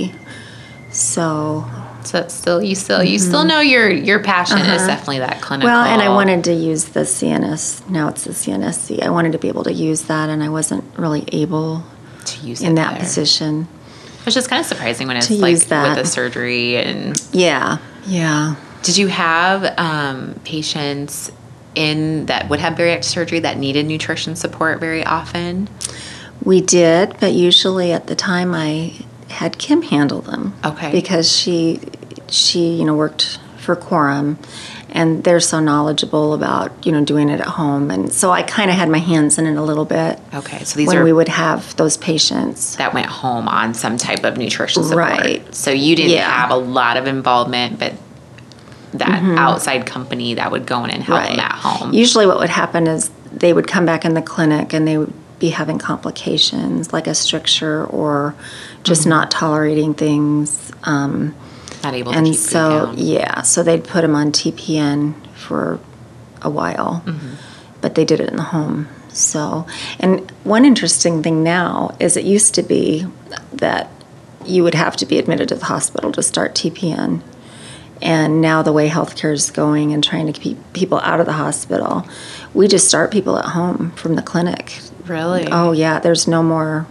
Speaker 2: So
Speaker 1: so it's still you still you still know your your passion is definitely that clinical.
Speaker 2: Mm-hmm. Uh-huh. well, and I wanted to use the CNS. Now it's the CNSC. I wanted to be able to use that, and I wasn't really able
Speaker 1: to use
Speaker 2: in
Speaker 1: it
Speaker 2: that
Speaker 1: there.
Speaker 2: position.
Speaker 1: which is kind of surprising when it's
Speaker 2: to
Speaker 1: like
Speaker 2: use that.
Speaker 1: with the surgery and
Speaker 2: Yeah, yeah.
Speaker 1: Did you have um, patients in that would have bariatric surgery that needed nutrition support very often?
Speaker 2: We did, but usually at the time I had Kim handle them.
Speaker 1: Okay.
Speaker 2: Because she she, you know, worked for Quorum and they're so knowledgeable about, you know, doing it at home and so I kind of had my hands in it a little bit
Speaker 1: Okay, so Oh, these
Speaker 2: when
Speaker 1: are
Speaker 2: we would have those patients.
Speaker 1: that went home on some type of nutrition support.
Speaker 2: Right.
Speaker 1: So you didn't
Speaker 2: Yeah.
Speaker 1: have a lot of involvement, but that outside company that would go in and help them at home.
Speaker 2: Usually what would happen is they would come back in the clinic and they be having complications like a stricture or just
Speaker 1: Mm-hmm.
Speaker 2: not tolerating things. Um,
Speaker 1: Not able to
Speaker 2: and
Speaker 1: keep food
Speaker 2: so,
Speaker 1: down.
Speaker 2: yeah, so they'd put him on TPN for a while, but they did it in the home. So, and one interesting thing now is it used to be that you would have to be admitted to the hospital to start TPN. And now, the way healthcare is going and trying to keep people out of the hospital, we just start people at home from the clinic.
Speaker 1: Really?
Speaker 2: Oh, yeah, there's no more.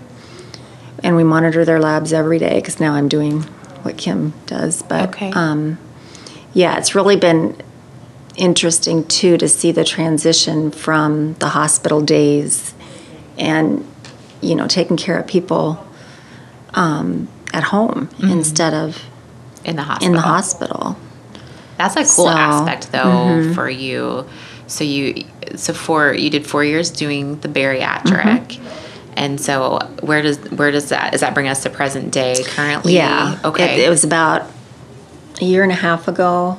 Speaker 2: And we monitor their labs every day because now I'm doing what Kim does. But
Speaker 1: Okay.
Speaker 2: um, yeah, it's really been interesting too to see the transition from the hospital days and, you know, taking care of people um, at home instead of
Speaker 1: in the hospital.
Speaker 2: in the hospital.
Speaker 1: That's a cool
Speaker 2: So, mm-hmm.
Speaker 1: aspect though for you. So you so four you did four years doing the bariatric.
Speaker 2: Mm-hmm.
Speaker 1: And so where does where does that does that bring us to present day currently?
Speaker 2: Yeah.
Speaker 1: Okay.
Speaker 2: It, it was about a year and a half ago,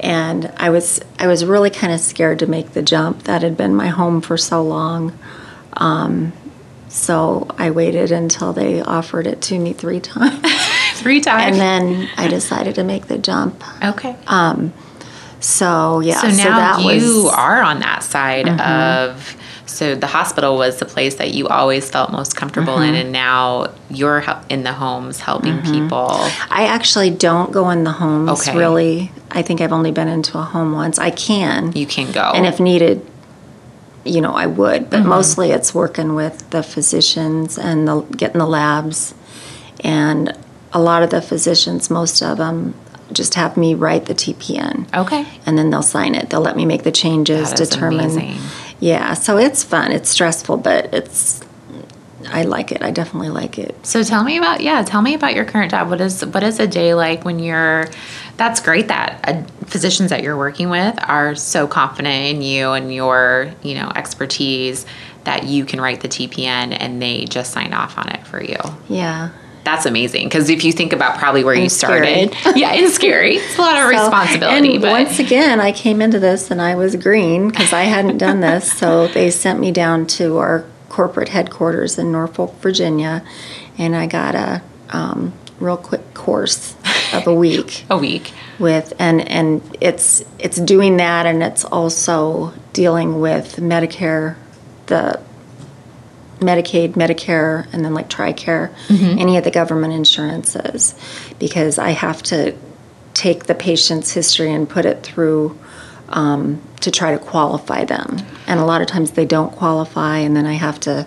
Speaker 2: and I was I was really kind of scared to make the jump. That had been my home for so long, um, so I waited until they offered it to me three times,
Speaker 1: three times.
Speaker 2: and then I decided to make the jump.
Speaker 1: okay.
Speaker 2: So yeah.
Speaker 1: so now
Speaker 2: that
Speaker 1: you
Speaker 2: was, Mm-hmm.
Speaker 1: are on that side of so the hospital was the place that you always felt most comfortable in
Speaker 2: Mm-hmm.
Speaker 1: and now you're hel- in the homes helping people.
Speaker 2: I actually don't go in the homes
Speaker 1: Okay.
Speaker 2: really. I think I've only been into a home once. I can.
Speaker 1: You can go.
Speaker 2: and if needed you know i would
Speaker 1: Mm-hmm.
Speaker 2: but mostly it's working with the physicians and the getting the labs and a lot of the physicians most of them just have me write the tpn
Speaker 1: okay.
Speaker 2: and then they'll sign it they'll let me make the changes
Speaker 1: That is
Speaker 2: determine
Speaker 1: amazing.
Speaker 2: yeah so it's fun it's stressful but it's i like it i definitely like it
Speaker 1: So tell me about yeah, tell me about your current job. What is what is a day like when you're? That's great that uh, physicians that you're working with are so confident in you and your you know expertise that you can write the TPN and they just sign off on it for you.
Speaker 2: yeah
Speaker 1: That's amazing because if you think about probably where you
Speaker 2: And
Speaker 1: started, yeah, it's scary. It's a lot of
Speaker 2: So-
Speaker 1: responsibility,
Speaker 2: And
Speaker 1: but
Speaker 2: once again, I came into this and I was green because I hadn't done this. So they sent me down to our corporate headquarters in Norfolk, Virginia, and I got a um, real quick course of a week
Speaker 1: a week.
Speaker 2: with and and it's it's doing that and it's also dealing with Medicare, the Medicaid, Medicare, and then like TRICARE,
Speaker 1: Mm-hmm.
Speaker 2: any of the government insurances, because I have to take the patient's history and put it through um, to try to qualify them. And a lot of times they don't qualify, and then I have to,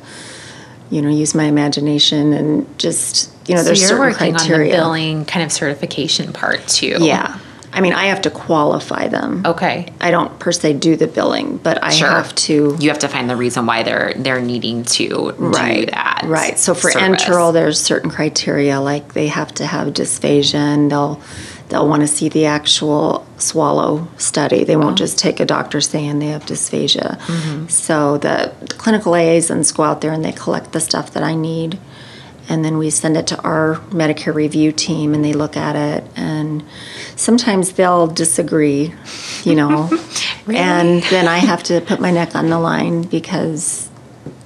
Speaker 2: you know, use my imagination and just, you know,
Speaker 1: So
Speaker 2: there's
Speaker 1: you're
Speaker 2: certain
Speaker 1: working
Speaker 2: criteria.
Speaker 1: on the billing kind of certification part too.
Speaker 2: Yeah. I mean, I have to qualify them.
Speaker 1: Okay.
Speaker 2: I don't per se do the billing, but I
Speaker 1: Sure.
Speaker 2: have to.
Speaker 1: you have to find the reason why they're they're needing to do that.
Speaker 2: Right. So for
Speaker 1: service.
Speaker 2: enteral, there's certain criteria, like they have to have dysphagia, and they'll they'll want to see the actual swallow study. They won't just take a doctor saying they have dysphagia.
Speaker 1: Mm-hmm.
Speaker 2: So the, the clinical liaisons go out there and they collect the stuff that I need, and then we send it to our Medicare review team, and they look at it, and sometimes they'll disagree, you know, and then I have to put my neck on the line because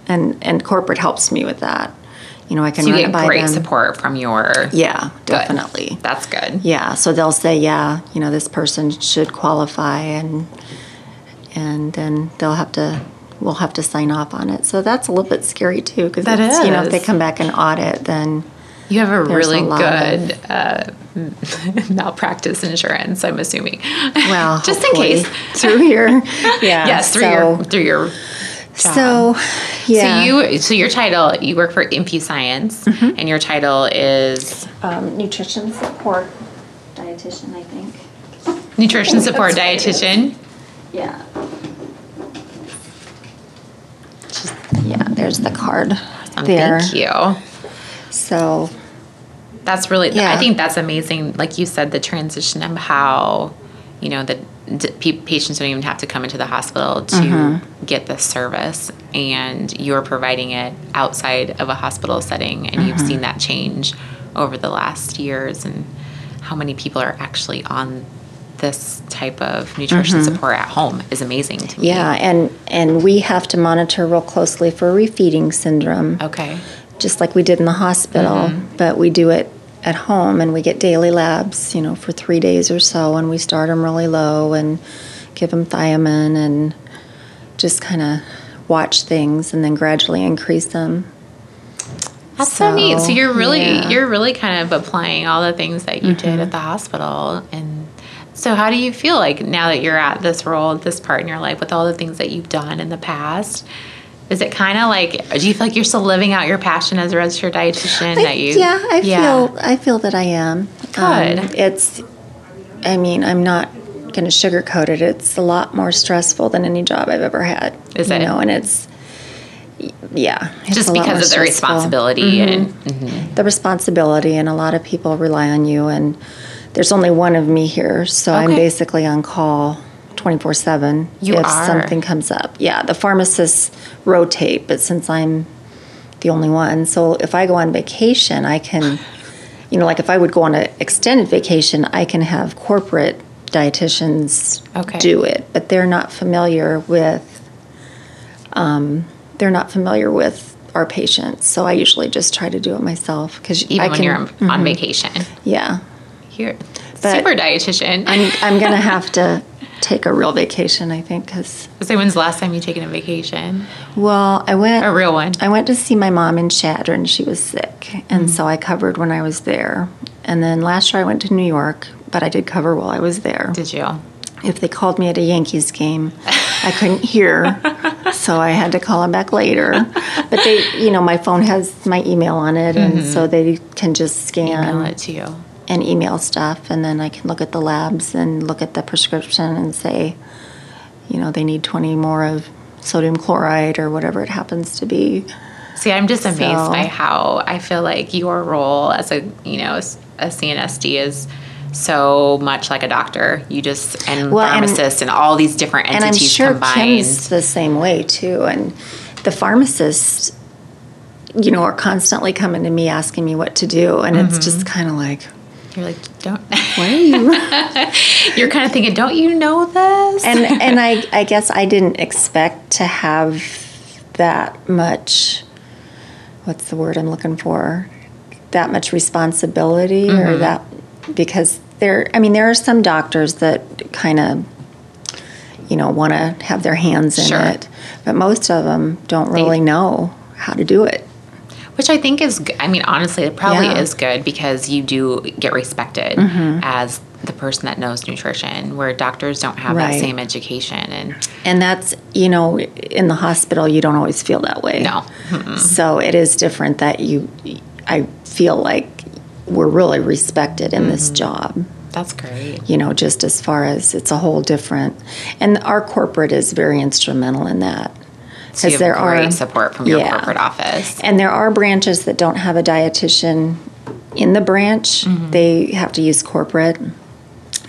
Speaker 2: and and corporate helps me with that. You know, I can
Speaker 1: you
Speaker 2: run
Speaker 1: get
Speaker 2: it by
Speaker 1: great
Speaker 2: them.
Speaker 1: support from your
Speaker 2: Yeah,
Speaker 1: Good.
Speaker 2: definitely.
Speaker 1: That's good.
Speaker 2: Yeah, so they'll say, yeah, you know, this person should qualify, and and then they'll have to we'll have to sign off on it. So that's a little bit scary too, because
Speaker 1: That
Speaker 2: you know if they
Speaker 1: is.
Speaker 2: come back and audit, then
Speaker 1: You have a
Speaker 2: There's
Speaker 1: really
Speaker 2: a lot
Speaker 1: good uh, malpractice insurance. I'm assuming.
Speaker 2: well,
Speaker 1: just in case.
Speaker 2: hopefully through here, yeah,
Speaker 1: Yes, through
Speaker 2: so,
Speaker 1: your through your. job.
Speaker 2: so yeah. Mm-hmm.
Speaker 1: So you so your title you work for InfuScience and your title is
Speaker 2: um, nutrition support dietitian, I think.
Speaker 1: nutrition support dietitian.
Speaker 2: Yeah. Yeah, there's the card
Speaker 1: Um,
Speaker 2: there.
Speaker 1: Thank you.
Speaker 2: So,
Speaker 1: That's really, I
Speaker 2: Yeah.
Speaker 1: think that's amazing. Like you said, the transition of how, you know, the d- pe- patients don't even have to come into the hospital to get this service, and you're providing it outside of a hospital setting, and you've seen that change over the last years, and how many people are actually on this type of nutrition support at home is amazing to me.
Speaker 2: Yeah, and and we have to monitor real closely for refeeding syndrome,
Speaker 1: Okay.
Speaker 2: just like we did in the hospital.
Speaker 1: Mm-hmm.
Speaker 2: But we do it at home, and we get daily labs, you know, for three days or so, and we start them really low and give them thiamine and just kind of watch things, and then gradually increase them.
Speaker 1: That's so, neat. So
Speaker 2: So,
Speaker 1: you're really
Speaker 2: yeah. Mm-hmm.
Speaker 1: you're really kind of applying all the things that you did at the hospital and so how do you feel like now that you're at this role, this part in your life with all the things that you've done in the past? Is it kind of like do you feel like you're still living out your passion as a registered dietitian
Speaker 2: I-
Speaker 1: that you
Speaker 2: yeah i feel i feel that i am Um,
Speaker 1: Good.
Speaker 2: it's i mean i'm not going to sugarcoat it it's a lot more stressful than any job i've ever had
Speaker 1: Is
Speaker 2: you
Speaker 1: it?
Speaker 2: know and it's y- yeah it's
Speaker 1: just
Speaker 2: a lot more
Speaker 1: because of the
Speaker 2: stressful. Mm-hmm.
Speaker 1: responsibility and
Speaker 2: the responsibility and a lot of people rely on you and there's only one of me here so i'm
Speaker 1: Okay.
Speaker 2: basically on call 24-7
Speaker 1: You
Speaker 2: if
Speaker 1: are.
Speaker 2: something comes up yeah the pharmacists rotate but since i'm the only one so if i go on vacation i can you know like if i would go on an extended vacation i can have corporate dietitians
Speaker 1: Okay.
Speaker 2: do it but they're not familiar with they're not familiar with our patients so i usually just try to do it myself because
Speaker 1: even
Speaker 2: I
Speaker 1: when
Speaker 2: can,
Speaker 1: you're on, on vacation.
Speaker 2: yeah
Speaker 1: Here.
Speaker 2: But-
Speaker 1: Super dietitian.
Speaker 2: I'm, I'm gonna have to take a real vacation, I think, because
Speaker 1: so when's the last time you taken a vacation?
Speaker 2: well, I went
Speaker 1: A real one.
Speaker 2: I went to see my mom in Shatter, and she was sick,
Speaker 1: Mm-hmm.
Speaker 2: and so I covered when I was there. And then last year I went to New York, but I did cover while I was there.
Speaker 1: Did you?
Speaker 2: If they called me at a Yankees game, I couldn't hear, so I had to call them back later. But they, you know, my phone has my email on it, and so they can just scan
Speaker 1: Mm-hmm. Email it to you.
Speaker 2: and email stuff, and then I can look at the labs and look at the prescription and say, you know, they need 20 more of sodium chloride or whatever it happens to be.
Speaker 1: See, I'm just amazed
Speaker 2: So-
Speaker 1: by how I feel like your role as a you know as a CNSD is so much like a doctor. You just and
Speaker 2: Well, and-
Speaker 1: pharmacists and, all these different
Speaker 2: And
Speaker 1: entities
Speaker 2: I'm sure
Speaker 1: combined.
Speaker 2: Kim's the same way too. And the pharmacists, you know, are constantly coming to me asking me what to do, and
Speaker 1: Mm-hmm.
Speaker 2: it's just kind of like,
Speaker 1: You're like, don't
Speaker 2: why are you
Speaker 1: you're kind of thinking, don't you know this?
Speaker 2: and and I, I guess I didn't expect to have that much what's the word I'm looking for that much responsibility
Speaker 1: Mm-hmm.
Speaker 2: or that because there I mean there are some doctors that kind of you know want to have their hands in
Speaker 1: Sure.
Speaker 2: it but most of them don't really know how to do it
Speaker 1: Which I think is, g- I mean, honestly, it probably
Speaker 2: Yeah. Mm-hmm.
Speaker 1: is good because you do get respected as the person that knows nutrition, where doctors don't have that
Speaker 2: Right.
Speaker 1: same education. And
Speaker 2: and that's you know in the hospital you don't always feel that way
Speaker 1: no,
Speaker 2: So it is different that you, I feel like we're really respected in this
Speaker 1: Mm-hmm.
Speaker 2: job,
Speaker 1: that's great.
Speaker 2: you know, just as far as it's a whole different. And our corporate is very instrumental in that.
Speaker 1: So you have
Speaker 2: Because there
Speaker 1: great
Speaker 2: are-
Speaker 1: support from your
Speaker 2: yeah.
Speaker 1: corporate office.
Speaker 2: And there are branches that don't have a dietitian in the branch,
Speaker 1: Mm-hmm.
Speaker 2: they have to use corporate.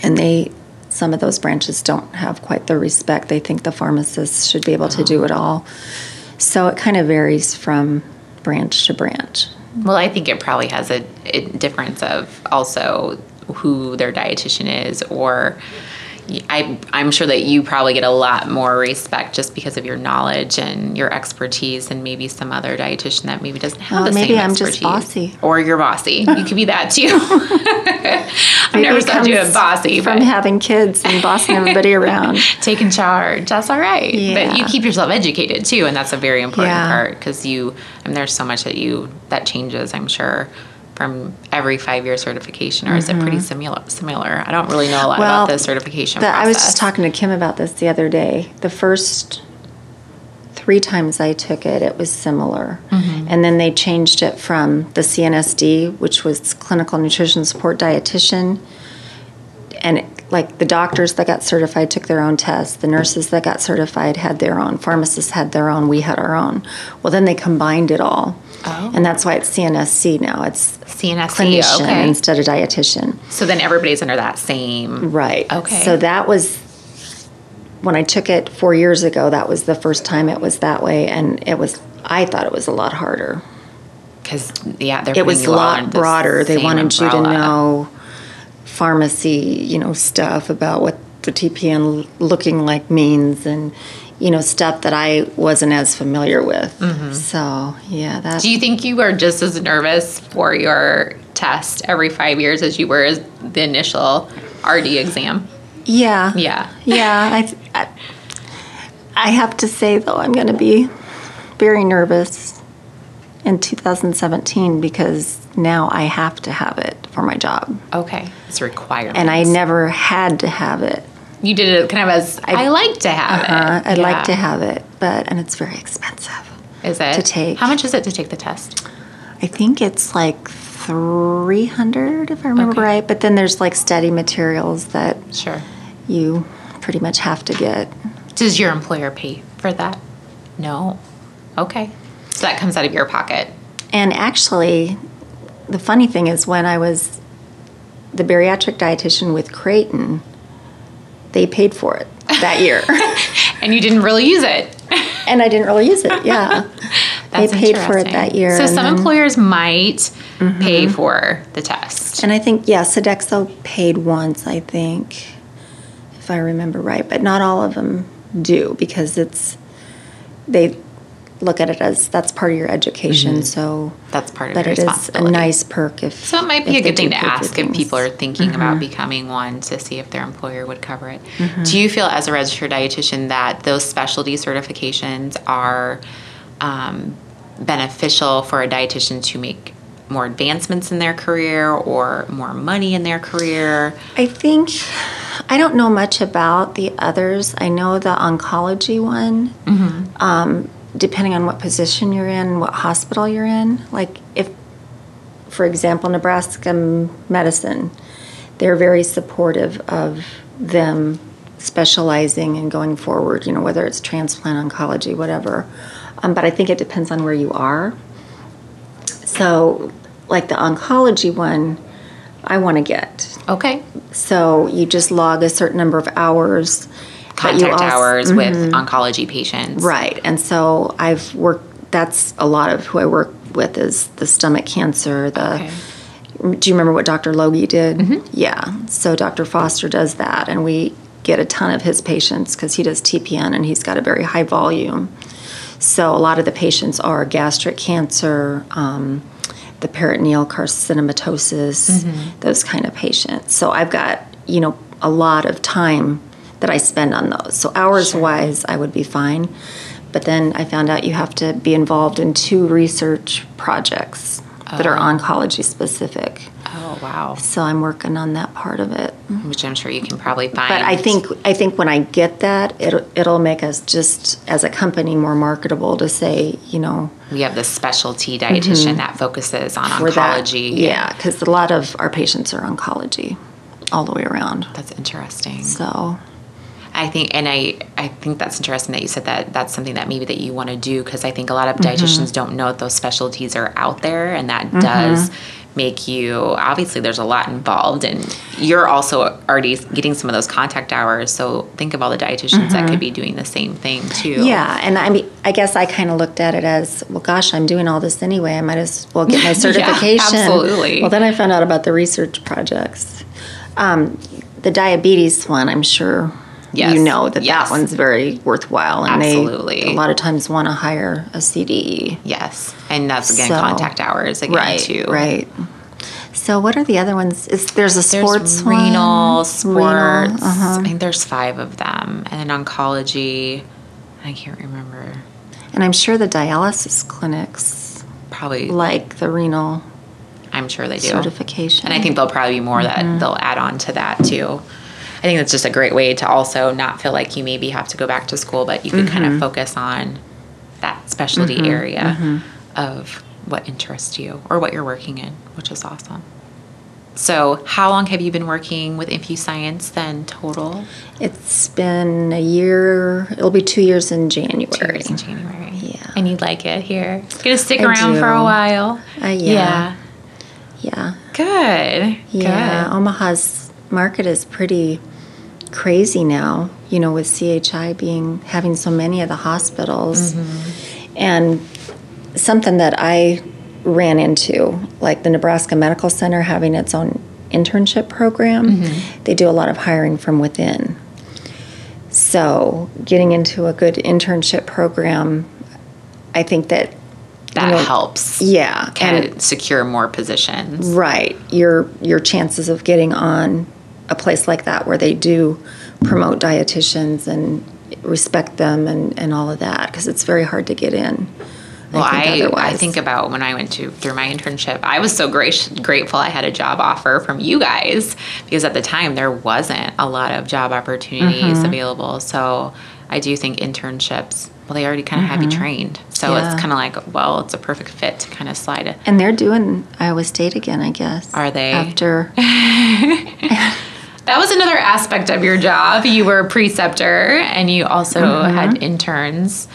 Speaker 2: And they, some of those branches don't have quite the respect. They think the pharmacist should be able to do it all. So it kind of varies from branch to branch.
Speaker 1: Well, I think it probably has a, a difference of also who their dietitian is, or I, I'm sure that you probably get a lot more respect just because of your knowledge and your expertise, than maybe some other dietitian that maybe doesn't have
Speaker 2: Well,
Speaker 1: the
Speaker 2: Oh, maybe
Speaker 1: same
Speaker 2: I'm
Speaker 1: expertise.
Speaker 2: just bossy.
Speaker 1: Or you're bossy. You could be that too. I've never
Speaker 2: Maybe it
Speaker 1: said you a
Speaker 2: comes
Speaker 1: bossy,
Speaker 2: from
Speaker 1: but
Speaker 2: having kids and bossing everybody around.
Speaker 1: taking charge. That's all right. But you
Speaker 2: Yeah.
Speaker 1: keep yourself educated too, and that's a very important
Speaker 2: Yeah.
Speaker 1: part because you. I mean, there's so much that you that changes. I'm sure from every five year certification, or is it pretty similar? Similar. I don't really know a lot
Speaker 2: Mm-hmm. Well,
Speaker 1: about the certification
Speaker 2: The-
Speaker 1: process.
Speaker 2: I was just talking to Kim about this the other day. The first three times I took it, it was similar.
Speaker 1: Mm-hmm.
Speaker 2: And then they changed it from the CNSD, which was Clinical Nutrition Support Dietitian, and it- like the doctors that got certified took their own tests, the nurses that got certified had their own, pharmacists had their own, we had our own. Well, then they combined it all.
Speaker 1: Oh.
Speaker 2: And that's why it's CNSC now. It's
Speaker 1: CNSC.
Speaker 2: clinician
Speaker 1: Okay.
Speaker 2: instead of dietitian.
Speaker 1: So then everybody's under that same.
Speaker 2: Right.
Speaker 1: Okay.
Speaker 2: So that was when I took it four years ago. That was the first time it was that way, and it was. I thought it was a lot harder.
Speaker 1: Because yeah, they're
Speaker 2: It was
Speaker 1: putting
Speaker 2: a
Speaker 1: you all
Speaker 2: lot
Speaker 1: under the
Speaker 2: broader. They
Speaker 1: same
Speaker 2: wanted you
Speaker 1: umbrella.
Speaker 2: to know pharmacy, you know, stuff about what the TPN looking like means and you know stuff that I wasn't as familiar with. So yeah, that
Speaker 1: Mm-hmm. Do you think you are just as nervous for your test every five years as you were as the initial RD exam?
Speaker 2: yeah
Speaker 1: Yeah.
Speaker 2: yeah. I, th- I I have to say though, I'm going to be very nervous in 2017 because now I have to have it for my job,
Speaker 1: Okay. It's a requirement.
Speaker 2: and I never had to have it.
Speaker 1: you did it kind of as I, like to have
Speaker 2: Uh,
Speaker 1: it.
Speaker 2: I'd
Speaker 1: Yeah.
Speaker 2: like to have it, but and it's very expensive.
Speaker 1: Is it
Speaker 2: to take.
Speaker 1: How much is it to take the test?
Speaker 2: I think it's like 300 if I remember
Speaker 1: Okay.
Speaker 2: right, but then there's like study materials that
Speaker 1: Sure.
Speaker 2: you pretty much have to get.
Speaker 1: Does your employer pay for that? No. Okay. So that comes out of your pocket.
Speaker 2: And actually, the funny thing is when I was the bariatric dietitian with Creighton, they paid for it that year.
Speaker 1: And you didn't really use it.
Speaker 2: and I didn't really use it. Yeah.
Speaker 1: That's
Speaker 2: they paid for it
Speaker 1: interesting.
Speaker 2: that year.
Speaker 1: So
Speaker 2: and
Speaker 1: some
Speaker 2: then- Mm-hmm.
Speaker 1: employers might pay for the test.
Speaker 2: And I think, yeah, Sodexo paid once, I think, if I remember right, but not all of them do because it's, they look at it as that's part of your education. So,
Speaker 1: That's part of Mm-hmm.
Speaker 2: but
Speaker 1: your
Speaker 2: it is a
Speaker 1: responsibility.
Speaker 2: nice perk if.
Speaker 1: So it might be
Speaker 2: if
Speaker 1: a
Speaker 2: they
Speaker 1: good thing
Speaker 2: do
Speaker 1: to
Speaker 2: pay for
Speaker 1: ask if
Speaker 2: things. Mm-hmm.
Speaker 1: people are thinking about becoming one to see if their employer would cover it. Do you feel, as a registered dietitian, that those specialty certifications are um, beneficial for a dietitian to make more advancements in their career or more money in their career?
Speaker 2: I think, I don't know much about the others. I know the oncology one, um, depending on what position you're in, what hospital you're in. Like, if, for example, Nebraska Medicine, they're very supportive of them specializing and going forward, you know, whether it's transplant, oncology, whatever. Um, but I think it depends on where you are. So, like the oncology one, I want to get.
Speaker 1: Okay.
Speaker 2: So you just log a certain number of hours. but you
Speaker 1: Contact
Speaker 2: also-
Speaker 1: hours with oncology patients.
Speaker 2: Right. And so I've worked, that's a lot of who I work with is the stomach cancer, the.
Speaker 1: Okay.
Speaker 2: Do you remember what Dr. Logie did? Yeah. So Dr. Foster does that, and we get a ton of his patients because he does TPN and he's got a very high volume. So a lot of the patients are gastric cancer, um, the peritoneal carcinomatosis, those kind of patients. So I've got you know a lot of time that I spend on those. So hours wise, I would be fine. But then I found out you have to be involved in two research projects that are oncology specific.
Speaker 1: Oh, wow.
Speaker 2: So I'm working on that part of it.
Speaker 1: Which I'm sure you can probably find.
Speaker 2: Mm-hmm. But I think I think when I get that, it'll it'll make us just as a company more marketable to say, you know,
Speaker 1: we have this specialty dietitian that focuses on
Speaker 2: we're Mm-hmm. that-
Speaker 1: oncology.
Speaker 2: Yeah, because a lot of our patients are oncology, all the way around.
Speaker 1: That's interesting.
Speaker 2: So
Speaker 1: I think, and I, I think that's interesting that you said that. That's something that maybe that you want to do because I think a lot of
Speaker 2: Mm-hmm.
Speaker 1: dietitians don't know that those specialties are out there, and that does make you. Obviously, there's a lot involved, and you're also already getting some of those contact hours. So think of all the dietitians that could be doing the same thing too.
Speaker 2: Mm-hmm. yeah, and I mean, I guess I kind of looked at it as, well, gosh, I'm doing all this anyway. I might as well get my certification.
Speaker 1: absolutely.
Speaker 2: Well, then I found out about the research projects. Um, the diabetes one, I'm sure
Speaker 1: Yes,
Speaker 2: you know that
Speaker 1: yes.
Speaker 2: that one's very worthwhile, and
Speaker 1: Absolutely.
Speaker 2: they a lot of times want to hire a E CDE.
Speaker 1: Yes, and that's again
Speaker 2: So-
Speaker 1: contact hours again
Speaker 2: right.
Speaker 1: too.
Speaker 2: Right. So what are the other ones? Is there's a
Speaker 1: There's
Speaker 2: sports
Speaker 1: renal,
Speaker 2: one?
Speaker 1: sports.
Speaker 2: Renal, uh-huh.
Speaker 1: I think there's five of them, and then oncology. I can't remember.
Speaker 2: And I'm sure the dialysis clinics
Speaker 1: Probably
Speaker 2: like the renal
Speaker 1: I'm sure they do.
Speaker 2: certification. Mm-hmm.
Speaker 1: And I think there'll probably be more that they'll add on to that too. I think that's just a great way to also not feel like you maybe have to go back to school, but you can kind
Speaker 2: Mm-hmm.
Speaker 1: of focus on that specialty area
Speaker 2: Mm-hmm.
Speaker 1: of what interests you or what you're working in, which is awesome. So, how long have you been working with InfuScience then total?
Speaker 2: it's been a year. It'll be two years in January.
Speaker 1: Two years in January.
Speaker 2: Yeah.
Speaker 1: And you like it here. Gonna stick
Speaker 2: I
Speaker 1: around for a
Speaker 2: do.
Speaker 1: while.
Speaker 2: Uh, yeah. Yeah.
Speaker 1: Good.
Speaker 2: Yeah.
Speaker 1: Good.
Speaker 2: Omaha's market is pretty crazy now, you know, with CHI being having so many of the hospitals. And something that I ran into, like the Nebraska Medical Center having its own internship program, they do a lot of hiring from within. So, getting into a good internship program, I think that
Speaker 1: That
Speaker 2: know,
Speaker 1: helps.
Speaker 2: yeah,
Speaker 1: Kind of secure more positions.
Speaker 2: Right. Your your chances of getting on a place like that where they do promote dietitians and respect them and, and all of that because it's very hard to get in.
Speaker 1: Well, I, I,
Speaker 2: otherwise.
Speaker 1: think about when I went to through my internship, I was so grac- grateful I had a job offer from you guys because at the time there wasn't a lot of job opportunities
Speaker 2: Mm-hmm.
Speaker 1: available. So I do think internships, well, they already kind of have you trained. So
Speaker 2: Mm-hmm. Yeah.
Speaker 1: it's kind of like, well, it's a perfect fit to kind of slide it.
Speaker 2: And they're doing Iowa State again, I guess.
Speaker 1: Are they?
Speaker 2: After
Speaker 1: That was another aspect of your job. You were a preceptor and you also
Speaker 2: Mm-hmm.
Speaker 1: had interns.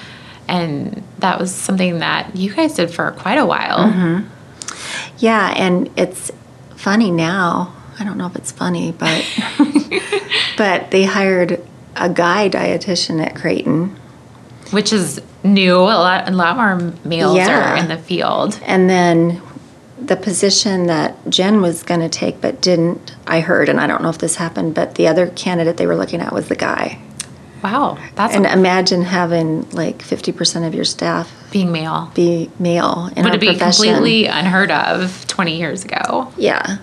Speaker 1: And that was something that you guys did for quite a while.
Speaker 2: Mm-hmm. Yeah, and it's funny now. I don't know if it's funny, but but they hired a guy dietitian at Creighton.
Speaker 1: which is new. A lot, a lot more males
Speaker 2: Yeah.
Speaker 1: are in the field.
Speaker 2: And then the position that Jen was going to take but didn't, I heard, and I don't know if this happened, but the other candidate they were looking at was the guy.
Speaker 1: Wow, that's
Speaker 2: And imagine having like 50% of your staff
Speaker 1: being male.
Speaker 2: be male in
Speaker 1: Would
Speaker 2: our
Speaker 1: it be
Speaker 2: profession.
Speaker 1: completely unheard of 20 years ago?
Speaker 2: yeah.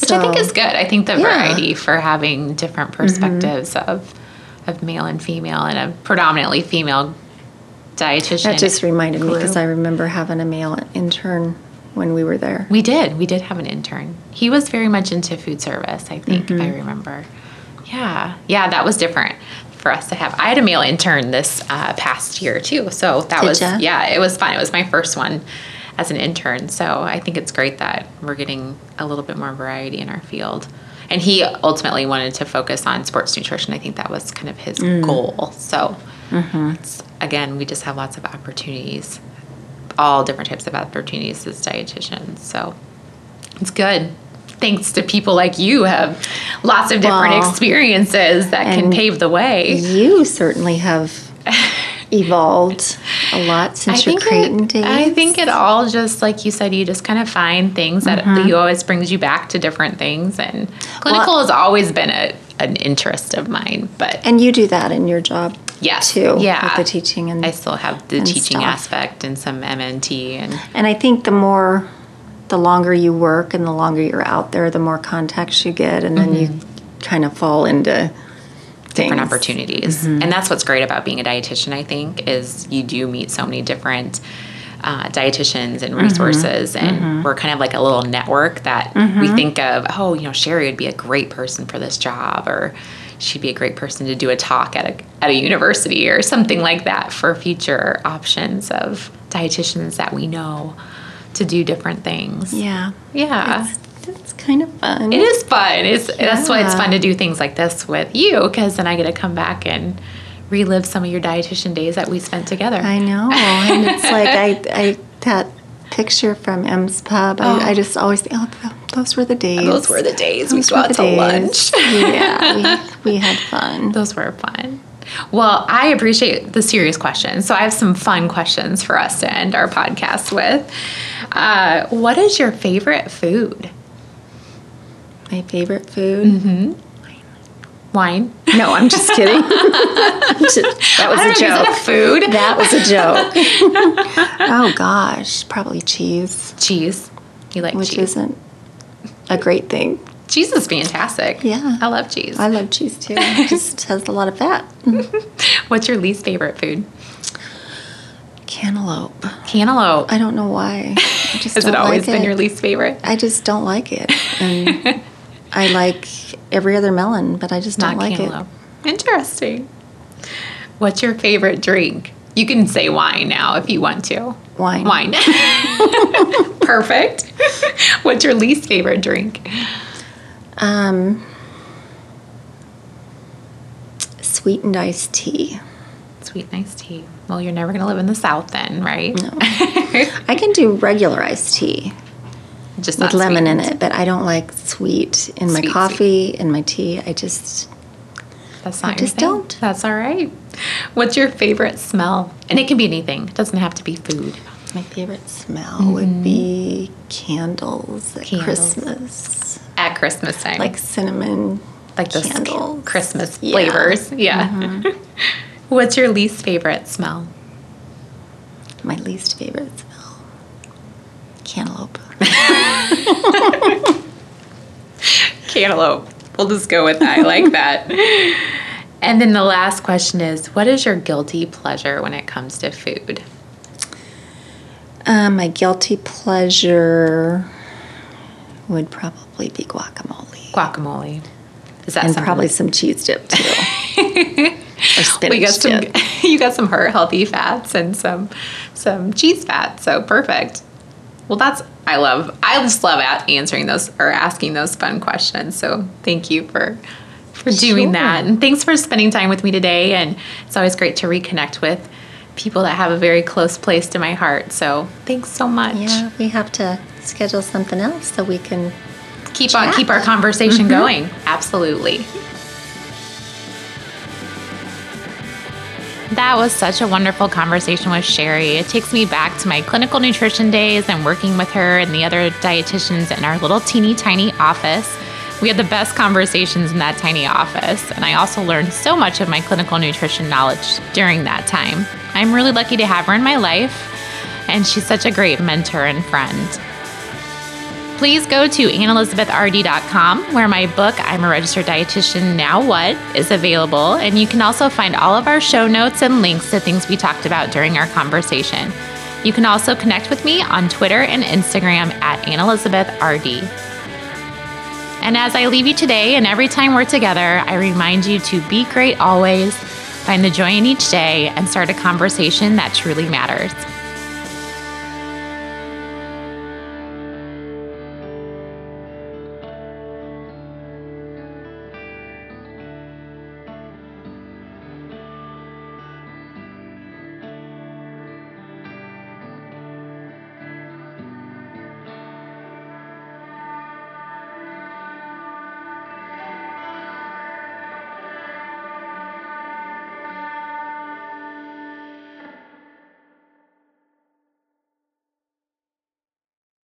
Speaker 1: Which I think is good. I think the
Speaker 2: Yeah. Mm-hmm.
Speaker 1: variety for having different perspectives of of male and female and a predominantly female dietitian.
Speaker 2: That just reminded me because
Speaker 1: Glue.
Speaker 2: I remember having a male intern when we were there.
Speaker 1: we did. We did have an intern. He was very much into food service, I think, if I remember. Yeah. Yeah, that was different for us to have. I had a male intern this uh, past year, too. So that
Speaker 2: Did
Speaker 1: was,
Speaker 2: ya?
Speaker 1: yeah, it was fun. It was my first one as an intern. So I think it's great that we're getting a little bit more variety in our field. And he ultimately wanted to focus on sports nutrition. I think that was kind of his
Speaker 2: Mm.
Speaker 1: goal. So
Speaker 2: Mm-hmm.
Speaker 1: it's, again, we just have lots of opportunities, all different types of opportunities as dietitians. So it's good. Thanks to people like you have lots of different
Speaker 2: Well,
Speaker 1: experiences that can
Speaker 2: and
Speaker 1: pave the way.
Speaker 2: You certainly have evolved a lot since your Creighton
Speaker 1: it,
Speaker 2: days.
Speaker 1: I think it all just like you said, you just kind of find things that
Speaker 2: Mm-hmm.
Speaker 1: you always brings you back to different things. And clinical has always been a, an interest of mine, but
Speaker 2: and you do that in your job
Speaker 1: Yes,
Speaker 2: too.
Speaker 1: yeah.
Speaker 2: With the teaching and
Speaker 1: I still have the
Speaker 2: And
Speaker 1: teaching
Speaker 2: stuff.
Speaker 1: aspect and some MNT and
Speaker 2: And I think the more, the longer you work and the longer you're out there, the more contacts you get, and then you kind of fall into
Speaker 1: Mm-hmm. different
Speaker 2: things.
Speaker 1: opportunities and that's what's great about being a dietitian i think is you do meet so many different uh, dietitians and resources and we're kind of like a little network that we think of oh you know sherry would be a great person for this job or she'd be a great person to do a talk at a, at a university or something like that for future options of dietitians that we know to do different things
Speaker 2: Yeah,
Speaker 1: yeah
Speaker 2: that's kind of fun.
Speaker 1: it is fun. It's that's why it's
Speaker 2: Yeah.
Speaker 1: fun to do things like this with you because then I get to come back and relive some of your dietitian days that we spent together.
Speaker 2: I know, and it's like I, I that picture from M's Pub. I, I just always think, oh, th- those were the days.
Speaker 1: Those were the days
Speaker 2: Those
Speaker 1: we
Speaker 2: were
Speaker 1: go out
Speaker 2: the
Speaker 1: to
Speaker 2: days.
Speaker 1: lunch.
Speaker 2: yeah, we, we had fun.
Speaker 1: Those were fun. Well, I appreciate the serious questions. So I have some fun questions for us to end our podcast with. Uh, what is your favorite food?
Speaker 2: My favorite
Speaker 1: Mm-hmm.
Speaker 2: food.
Speaker 1: Wine?
Speaker 2: No, I'm just kidding. that was
Speaker 1: I
Speaker 2: a
Speaker 1: don't know, Is
Speaker 2: joke.
Speaker 1: that a food?
Speaker 2: That was a joke. oh gosh, probably cheese,
Speaker 1: cheese. You like
Speaker 2: which
Speaker 1: cheese?
Speaker 2: isn't a great thing.
Speaker 1: cheese is fantastic.
Speaker 2: Yeah.
Speaker 1: I love cheese.
Speaker 2: I love cheese too. It just has a lot of fat.
Speaker 1: What's your least favorite food?
Speaker 2: Cantaloupe.
Speaker 1: Cantaloupe.
Speaker 2: I don't know why. I just
Speaker 1: Has it
Speaker 2: don't
Speaker 1: always
Speaker 2: like
Speaker 1: been
Speaker 2: it.
Speaker 1: your least favorite?
Speaker 2: I just don't like it. And I like every other melon, but I just
Speaker 1: Not
Speaker 2: don't like
Speaker 1: cantaloupe. Interesting. What's your favorite drink? You can say wine now if you want to.
Speaker 2: it. Wine.
Speaker 1: Wine. Perfect. What's your least favorite drink?
Speaker 2: Um, sweetened iced tea.
Speaker 1: Sweet nice tea. Well, you're never going to live in the South then, right? No.
Speaker 2: I can do regular iced tea.
Speaker 1: Just
Speaker 2: with
Speaker 1: not
Speaker 2: lemon
Speaker 1: sweet.
Speaker 2: in it, but I don't like sweet in my
Speaker 1: Sweet, sweet.
Speaker 2: coffee, in my tea. I just
Speaker 1: That's not your
Speaker 2: just
Speaker 1: thing.
Speaker 2: don't.
Speaker 1: That's all right. What's your favorite smell? And it can be anything. It doesn't have to be food.
Speaker 2: my favorite smell would be candles at
Speaker 1: Candles.
Speaker 2: Christmas.
Speaker 1: at Christmas time.
Speaker 2: like cinnamon
Speaker 1: like those
Speaker 2: candles.
Speaker 1: Christmas
Speaker 2: Yeah.
Speaker 1: flavors. Yeah. What's your least favorite smell?
Speaker 2: My least favorite smell. Cantaloupe.
Speaker 1: Cantaloupe. We'll just go with that. I like that. And then the last question is what is your guilty pleasure when it comes to food?
Speaker 2: Um, my guilty pleasure would probably be guacamole.
Speaker 1: Guacamole. Is that
Speaker 2: And
Speaker 1: something-
Speaker 2: probably some cheese dip too. or spinach
Speaker 1: we got some
Speaker 2: dip.
Speaker 1: you got some heart healthy fats and some some cheese fats, so perfect. Well, that's I love. I just love a- answering those or asking those fun questions. So thank you for for doing
Speaker 2: Sure.
Speaker 1: that, and thanks for spending time with me today. And it's always great to reconnect with people that have a very close place to my heart. So thanks so much.
Speaker 2: Yeah, we have to schedule something else so we can.
Speaker 1: Keep on keep our conversation going. Absolutely. That was such a wonderful conversation with Sherry. It takes me back to my clinical nutrition days and working with her and the other dietitians in our little teeny tiny office. We had the best conversations in that tiny office, and I also learned so much of my clinical nutrition knowledge during that time. I'm really lucky to have her in my life, and she's such a great mentor and friend please go to annelizabethrd.com where my book, I'm a Registered Dietitian Now What, is available. And you can also find all of our show notes and links to things we talked about during our conversation. You can also connect with me on Twitter and Instagram at AnnelizabethRD. And as I leave you today and every time we're together, I remind you to be great always, find the joy in each day, and start a conversation that truly matters.